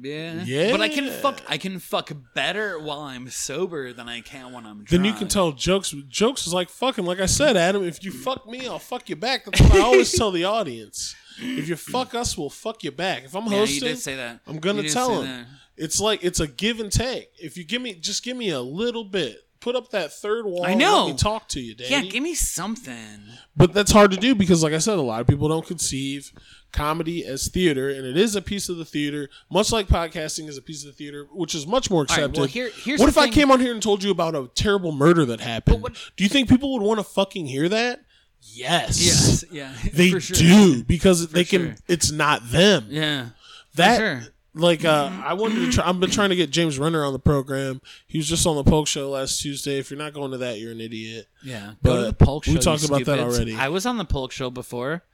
[SPEAKER 1] Yeah.
[SPEAKER 2] Yeah.
[SPEAKER 1] But I can fuck I can fuck better while I'm sober than I can when I'm drunk.
[SPEAKER 2] Then you can tell jokes. Jokes is like fucking. Like I said, Adam, if you fuck me, I'll fuck you back. That's what I always tell the audience. If you fuck us, we'll fuck you back. If I'm
[SPEAKER 1] Yeah,
[SPEAKER 2] hosting,
[SPEAKER 1] you did say that.
[SPEAKER 2] I'm gonna
[SPEAKER 1] You did
[SPEAKER 2] tell
[SPEAKER 1] say
[SPEAKER 2] him.
[SPEAKER 1] that.
[SPEAKER 2] It's like it's a give and take. If you give me, just give me a little bit. Put up that third wall.
[SPEAKER 1] I
[SPEAKER 2] and
[SPEAKER 1] know.
[SPEAKER 2] Let me talk to you, Danny.
[SPEAKER 1] Yeah, give me something.
[SPEAKER 2] but that's hard to do because like i said a lot of people don't conceive comedy as theater and it is a piece of the theater much like podcasting is a piece of the theater which is much more
[SPEAKER 1] right,
[SPEAKER 2] accepted
[SPEAKER 1] well, here- here's
[SPEAKER 2] what
[SPEAKER 1] the
[SPEAKER 2] if i
[SPEAKER 1] thing-
[SPEAKER 2] came on here and told you about a terrible murder that happened do you think people would want to fucking hear that yes
[SPEAKER 1] Yes, yeah,
[SPEAKER 2] they
[SPEAKER 1] for sure.
[SPEAKER 2] do because they can
[SPEAKER 1] sure.
[SPEAKER 2] it's not them
[SPEAKER 1] Yeah,
[SPEAKER 2] that
[SPEAKER 1] sure.
[SPEAKER 2] like uh, I wanted to try. I've been trying to get James Renner on the program. He was just on the Polk show last Tuesday. If you're not going to that, you're an idiot.
[SPEAKER 1] yeah. Go
[SPEAKER 2] But
[SPEAKER 1] to the Polk show.
[SPEAKER 2] we
[SPEAKER 1] you
[SPEAKER 2] talked about that
[SPEAKER 1] stupids.
[SPEAKER 2] already.
[SPEAKER 1] I was on the Polk show before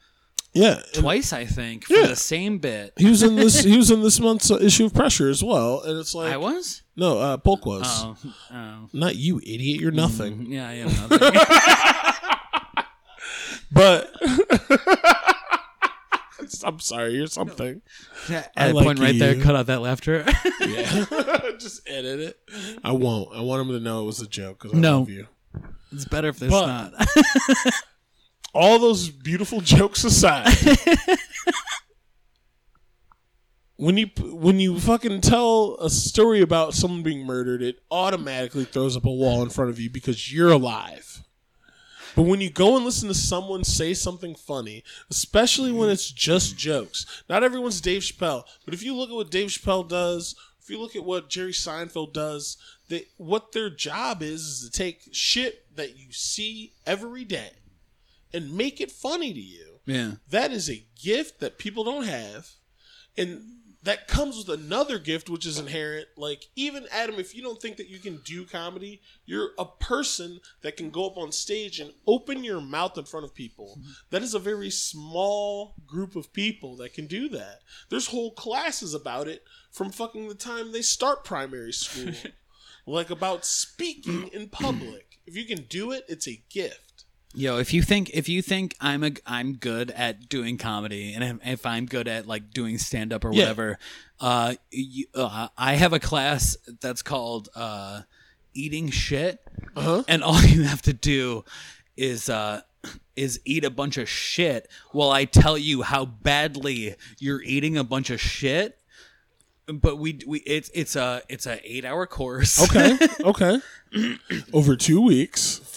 [SPEAKER 2] Yeah, and-
[SPEAKER 1] twice, I think, for
[SPEAKER 2] Yeah.
[SPEAKER 1] the same bit.
[SPEAKER 2] He was in this. he was in this month's uh, issue of Pressure as well, and it's like
[SPEAKER 1] I was.
[SPEAKER 2] no, uh, Polk was
[SPEAKER 1] Oh, oh,
[SPEAKER 2] not you, idiot. You're nothing.
[SPEAKER 1] yeah, yeah. nothing.
[SPEAKER 2] But I'm sorry, you're something.
[SPEAKER 1] At
[SPEAKER 2] I
[SPEAKER 1] that
[SPEAKER 2] like
[SPEAKER 1] point right there,
[SPEAKER 2] you.
[SPEAKER 1] cut out that laughter.
[SPEAKER 2] Yeah, just edit it. I won't. I want him to know it was a joke because I
[SPEAKER 1] No.
[SPEAKER 2] love you.
[SPEAKER 1] it's better if it's
[SPEAKER 2] But-
[SPEAKER 1] not.
[SPEAKER 2] All those beautiful jokes aside. When you when you fucking tell a story about someone being murdered, it automatically throws up a wall in front of you because you're alive. But when you go and listen to someone say something funny, especially when it's just jokes, not everyone's Dave Chappelle. But if you look at what Dave Chappelle does, if you look at what Jerry Seinfeld does, they, what their job is is to take shit that you see every day and make it funny to you.
[SPEAKER 1] yeah,
[SPEAKER 2] That is a gift that people don't have. And that comes with another gift, which is inherent. Like, even Adam, if you don't think that you can do comedy, you're a person that can go up on stage and open your mouth in front of people. That is a very small group of people that can do that. There's whole classes about it from fucking the time they start primary school, like about speaking in public. If you can do it, it's a gift.
[SPEAKER 1] yo, if you think if you think I'm a I'm good at doing comedy, and if- if I'm good at like doing stand up or
[SPEAKER 2] Yeah.
[SPEAKER 1] whatever, uh, you, uh, I have a class that's called uh, eating shit.
[SPEAKER 2] Uh huh.
[SPEAKER 1] and all you have to do is uh is eat a bunch of shit while I tell you how badly you're eating a bunch of shit. But we we it's it's a it's a eight hour course.
[SPEAKER 2] Okay. Okay. Over two weeks.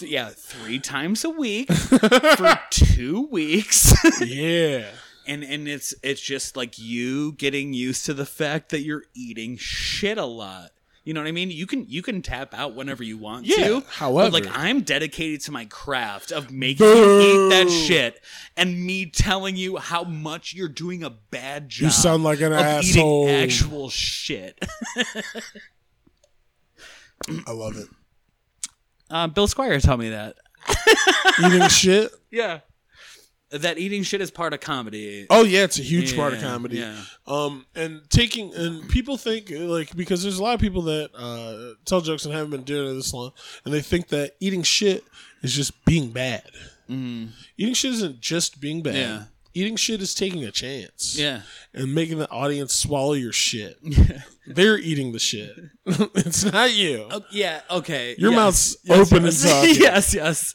[SPEAKER 1] yeah, three times a week for two weeks.
[SPEAKER 2] Yeah.
[SPEAKER 1] and and it's it's just like you getting used to the fact that you're eating shit a lot. You know what I mean? You can you can tap out whenever you want
[SPEAKER 2] Yeah,
[SPEAKER 1] to.
[SPEAKER 2] however-
[SPEAKER 1] but like I'm dedicated to my craft of making you eat that shit, and me telling you how much you're doing a bad job.
[SPEAKER 2] sound like an
[SPEAKER 1] of
[SPEAKER 2] asshole.
[SPEAKER 1] Eating actual shit.
[SPEAKER 2] I love it.
[SPEAKER 1] Uh, Bill Squire taught me that.
[SPEAKER 2] Eating shit.
[SPEAKER 1] Yeah, that eating shit is part of comedy.
[SPEAKER 2] Oh yeah, it's a huge part of
[SPEAKER 1] Yeah,
[SPEAKER 2] comedy.
[SPEAKER 1] yeah.
[SPEAKER 2] Um, and taking and people think like because there's a lot of people that uh, tell jokes and haven't been doing it this long, and they think that eating shit is just being bad. Eating shit isn't just being bad.
[SPEAKER 1] Mm-hmm. Yeah.
[SPEAKER 2] Eating shit is taking a chance.
[SPEAKER 1] Yeah.
[SPEAKER 2] And making the audience swallow your shit. They're eating the shit. it's not you.
[SPEAKER 1] Oh, yeah. Okay.
[SPEAKER 2] Your
[SPEAKER 1] yes,
[SPEAKER 2] mouth's
[SPEAKER 1] yes,
[SPEAKER 2] open
[SPEAKER 1] yes.
[SPEAKER 2] and talking.
[SPEAKER 1] yes. Yes.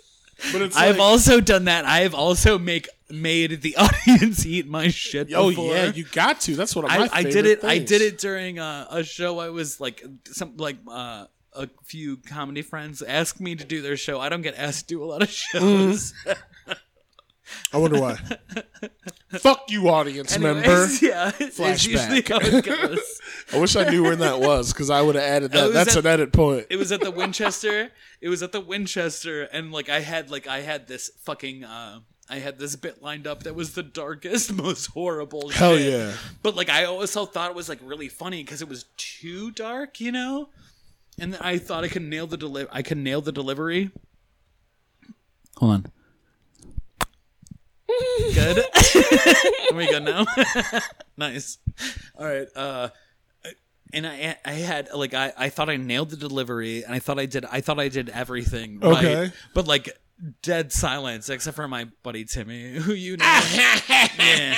[SPEAKER 2] But it's
[SPEAKER 1] I've
[SPEAKER 2] like-
[SPEAKER 1] also done that. I've also make made the audience eat my shit.
[SPEAKER 2] Oh
[SPEAKER 1] before.
[SPEAKER 2] yeah, you got to. That's one of my
[SPEAKER 1] I, I
[SPEAKER 2] favorite
[SPEAKER 1] did it. I
[SPEAKER 2] things.
[SPEAKER 1] did it during uh, a show. I was like some like uh, a few comedy friends asked me to do their show. I don't get asked to do a lot of shows.
[SPEAKER 2] Mm. I wonder why. Fuck you, audience
[SPEAKER 1] Anyways,
[SPEAKER 2] member.
[SPEAKER 1] yeah, it's usually how it goes.
[SPEAKER 2] I wish I knew when that was because I would have added
[SPEAKER 1] Oh,
[SPEAKER 2] that.
[SPEAKER 1] is
[SPEAKER 2] That's
[SPEAKER 1] that-
[SPEAKER 2] an edit point.
[SPEAKER 1] it was at the Winchester. It was at the Winchester, and like I had like I had this fucking uh, I had this bit lined up that was the darkest, most horrible.
[SPEAKER 2] Hell
[SPEAKER 1] shit.
[SPEAKER 2] yeah.
[SPEAKER 1] But like I also thought it was like really funny because it was too dark, you know. And then I thought I could nail the deli- I could nail the delivery. Hold on. Good. There we go now. nice. All right. Uh, and I I had like I I thought I nailed the delivery and I thought I did I thought I did everything right.
[SPEAKER 2] Okay.
[SPEAKER 1] But like dead silence except for my buddy Timmy who you know. yeah.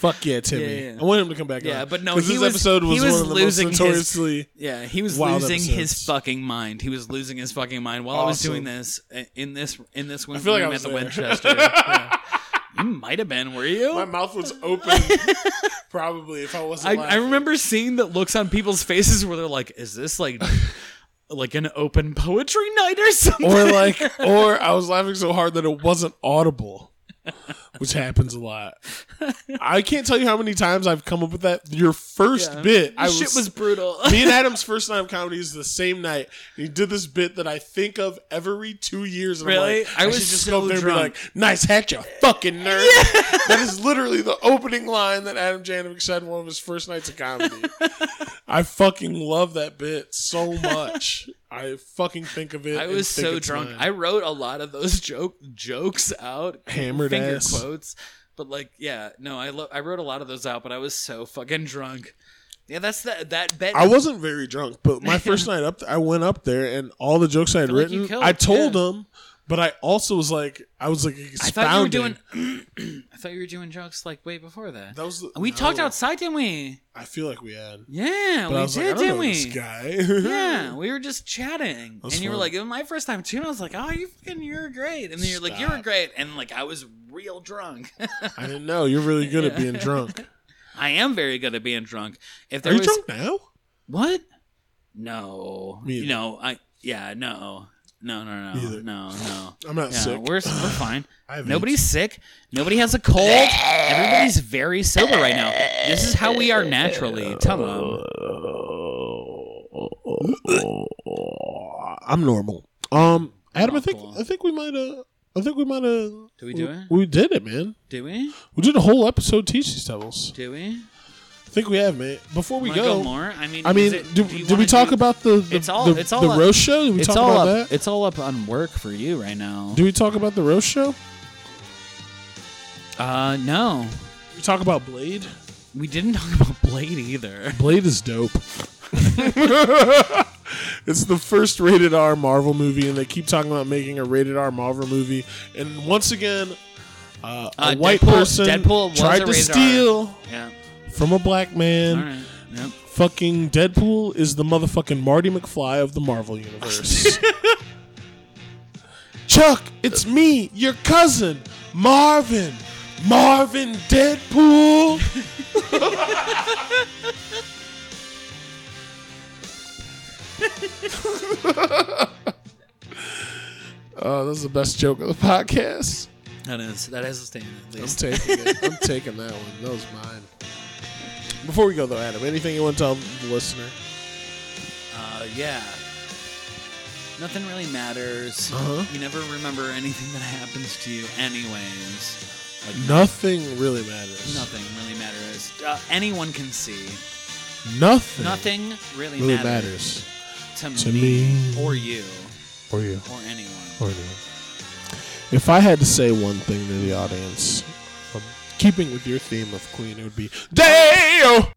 [SPEAKER 2] Fuck yeah, Timmy.
[SPEAKER 1] Yeah, yeah.
[SPEAKER 2] I want him to come back.
[SPEAKER 1] Yeah,
[SPEAKER 2] on.
[SPEAKER 1] but no,
[SPEAKER 2] 'Cause
[SPEAKER 1] he
[SPEAKER 2] this
[SPEAKER 1] was-
[SPEAKER 2] episode was,
[SPEAKER 1] he was
[SPEAKER 2] one of the
[SPEAKER 1] losing
[SPEAKER 2] most
[SPEAKER 1] his-
[SPEAKER 2] notoriously.
[SPEAKER 1] Yeah, he was
[SPEAKER 2] Wild
[SPEAKER 1] losing his
[SPEAKER 2] episodes.
[SPEAKER 1] fucking mind. He was losing his fucking mind while I was
[SPEAKER 2] Awesome.
[SPEAKER 1] doing this uh, in this in this one
[SPEAKER 2] feel like I
[SPEAKER 1] room
[SPEAKER 2] was
[SPEAKER 1] at the
[SPEAKER 2] there.
[SPEAKER 1] Winchester. Yeah. You might have been, were you?
[SPEAKER 2] My mouth was open, probably if I
[SPEAKER 1] I,
[SPEAKER 2] wasn't.
[SPEAKER 1] I
[SPEAKER 2] laughing.
[SPEAKER 1] remember seeing the looks on people's faces where they're like, "Is this like like an open poetry night or something?"
[SPEAKER 2] or like, or I was laughing so hard that it wasn't audible, which happens a lot. I can't tell you how many times I've come up with that. Your first
[SPEAKER 1] Yeah.
[SPEAKER 2] bit, I
[SPEAKER 1] Shit was brutal.
[SPEAKER 2] me and Adam's first night of comedy is the same night. And he did this bit that I think of every two years. And
[SPEAKER 1] Really?
[SPEAKER 2] I'm like,
[SPEAKER 1] I
[SPEAKER 2] I
[SPEAKER 1] was
[SPEAKER 2] should just
[SPEAKER 1] so
[SPEAKER 2] go up there
[SPEAKER 1] drunk.
[SPEAKER 2] and be like, "Nice hat, you fucking nerd." That is literally the opening line that Adam Janovic said in one of his first nights of comedy. I fucking love that bit so much. I fucking think of it.
[SPEAKER 1] I
[SPEAKER 2] and
[SPEAKER 1] was
[SPEAKER 2] think
[SPEAKER 1] so
[SPEAKER 2] it's
[SPEAKER 1] drunk.
[SPEAKER 2] mine.
[SPEAKER 1] I wrote a lot of those joke jokes out,
[SPEAKER 2] Hammered
[SPEAKER 1] finger
[SPEAKER 2] ass.
[SPEAKER 1] quotes. But like, yeah, no, I lo- I wrote a lot of those out, but I was so fucking drunk. Yeah, that's the, that bet.
[SPEAKER 2] I wasn't very drunk, but my first night up, I went up there and all the jokes I had
[SPEAKER 1] feel like you
[SPEAKER 2] written,
[SPEAKER 1] killed,
[SPEAKER 2] I told
[SPEAKER 1] yeah.
[SPEAKER 2] them, but I also was like, I was like,
[SPEAKER 1] I thought you were
[SPEAKER 2] expounding.
[SPEAKER 1] doing. I thought you were doing jokes like way before that.
[SPEAKER 2] That was the-
[SPEAKER 1] we
[SPEAKER 2] no.
[SPEAKER 1] talked outside, didn't we?
[SPEAKER 2] I feel like we had.
[SPEAKER 1] Yeah,
[SPEAKER 2] But
[SPEAKER 1] we
[SPEAKER 2] I was
[SPEAKER 1] did,
[SPEAKER 2] like, I don't
[SPEAKER 1] didn't
[SPEAKER 2] know
[SPEAKER 1] we?
[SPEAKER 2] this guy.
[SPEAKER 1] Yeah, we were just chatting, and
[SPEAKER 2] That's
[SPEAKER 1] you were
[SPEAKER 2] fun.
[SPEAKER 1] like, "It was my first time too." And I was like, "Oh, you fucking, you're great." And then you're like, "You were
[SPEAKER 2] Stop.
[SPEAKER 1] great," and like I was real drunk.
[SPEAKER 2] I didn't know. You're really good at being drunk.
[SPEAKER 1] I am very good at being drunk. If
[SPEAKER 2] Are
[SPEAKER 1] there
[SPEAKER 2] you
[SPEAKER 1] was
[SPEAKER 2] drunk now?
[SPEAKER 1] what? No,
[SPEAKER 2] Me either.
[SPEAKER 1] no, I yeah, no, no, no, no,
[SPEAKER 2] either.
[SPEAKER 1] no, no.
[SPEAKER 2] I'm not
[SPEAKER 1] No,
[SPEAKER 2] sick.
[SPEAKER 1] we're we're fine.
[SPEAKER 2] I have
[SPEAKER 1] Nobody's sick. Nobody has a cold. Everybody's very sober right now. This is how we are naturally. Tell them.
[SPEAKER 2] I'm normal. Um, Adam, I
[SPEAKER 1] Not
[SPEAKER 2] think
[SPEAKER 1] cool.
[SPEAKER 2] I think we might uh I think we might have.
[SPEAKER 1] Did we do it?
[SPEAKER 2] We did it, man.
[SPEAKER 1] Do we?
[SPEAKER 2] We did a whole episode teach these devils.
[SPEAKER 1] Do we?
[SPEAKER 2] I think we have, man. Before we
[SPEAKER 1] Wanna
[SPEAKER 2] go,
[SPEAKER 1] more. I mean,
[SPEAKER 2] I
[SPEAKER 1] is
[SPEAKER 2] mean,
[SPEAKER 1] it-
[SPEAKER 2] do,
[SPEAKER 1] do you
[SPEAKER 2] did we
[SPEAKER 1] wanna
[SPEAKER 2] talk
[SPEAKER 1] do-
[SPEAKER 2] about the the,
[SPEAKER 1] It's all-
[SPEAKER 2] the,
[SPEAKER 1] it's all
[SPEAKER 2] the
[SPEAKER 1] up-
[SPEAKER 2] roast show? Did we talk about that?
[SPEAKER 1] It's all up on work for you right now.
[SPEAKER 2] Do we talk about the roast show?
[SPEAKER 1] Uh, no,
[SPEAKER 2] Did we talk about Blade?
[SPEAKER 1] we didn't talk about Blade either.
[SPEAKER 2] Blade is dope. it's the first rated R Marvel movie, and they keep talking about making a rated R Marvel movie. And once again, uh, a
[SPEAKER 1] Uh,
[SPEAKER 2] white
[SPEAKER 1] Deadpool-
[SPEAKER 2] person
[SPEAKER 1] Deadpool was
[SPEAKER 2] tried
[SPEAKER 1] a
[SPEAKER 2] to
[SPEAKER 1] rated R.
[SPEAKER 2] steal
[SPEAKER 1] Yeah.
[SPEAKER 2] from a black man.
[SPEAKER 1] All right. Yep.
[SPEAKER 2] Fucking Deadpool is the motherfucking Marty McFly of the Marvel universe. Chuck, it's me, your cousin, Marvin. Marvin Deadpool. Oh, that's the best joke of the podcast.
[SPEAKER 1] That is that is a standard. At
[SPEAKER 2] I'm
[SPEAKER 1] least.
[SPEAKER 2] taking it. I'm taking that one. That was mine. Before we go though, Adam, anything you want to tell the listener?
[SPEAKER 1] Uh, yeah. Nothing really matters.
[SPEAKER 2] Uh-huh.
[SPEAKER 1] You never remember anything that happens to you, anyways. Like
[SPEAKER 2] Nothing really matters.
[SPEAKER 1] nothing really matters. Uh, anyone can see.
[SPEAKER 2] Nothing.
[SPEAKER 1] Nothing really,
[SPEAKER 2] really
[SPEAKER 1] matters,
[SPEAKER 2] matters.
[SPEAKER 1] to,
[SPEAKER 2] to
[SPEAKER 1] me,
[SPEAKER 2] me.
[SPEAKER 1] or you
[SPEAKER 2] Or you.
[SPEAKER 1] or anyone.
[SPEAKER 2] Or you. If I had to say one thing to the audience, um, keeping with your theme of Queen, it would be Dale.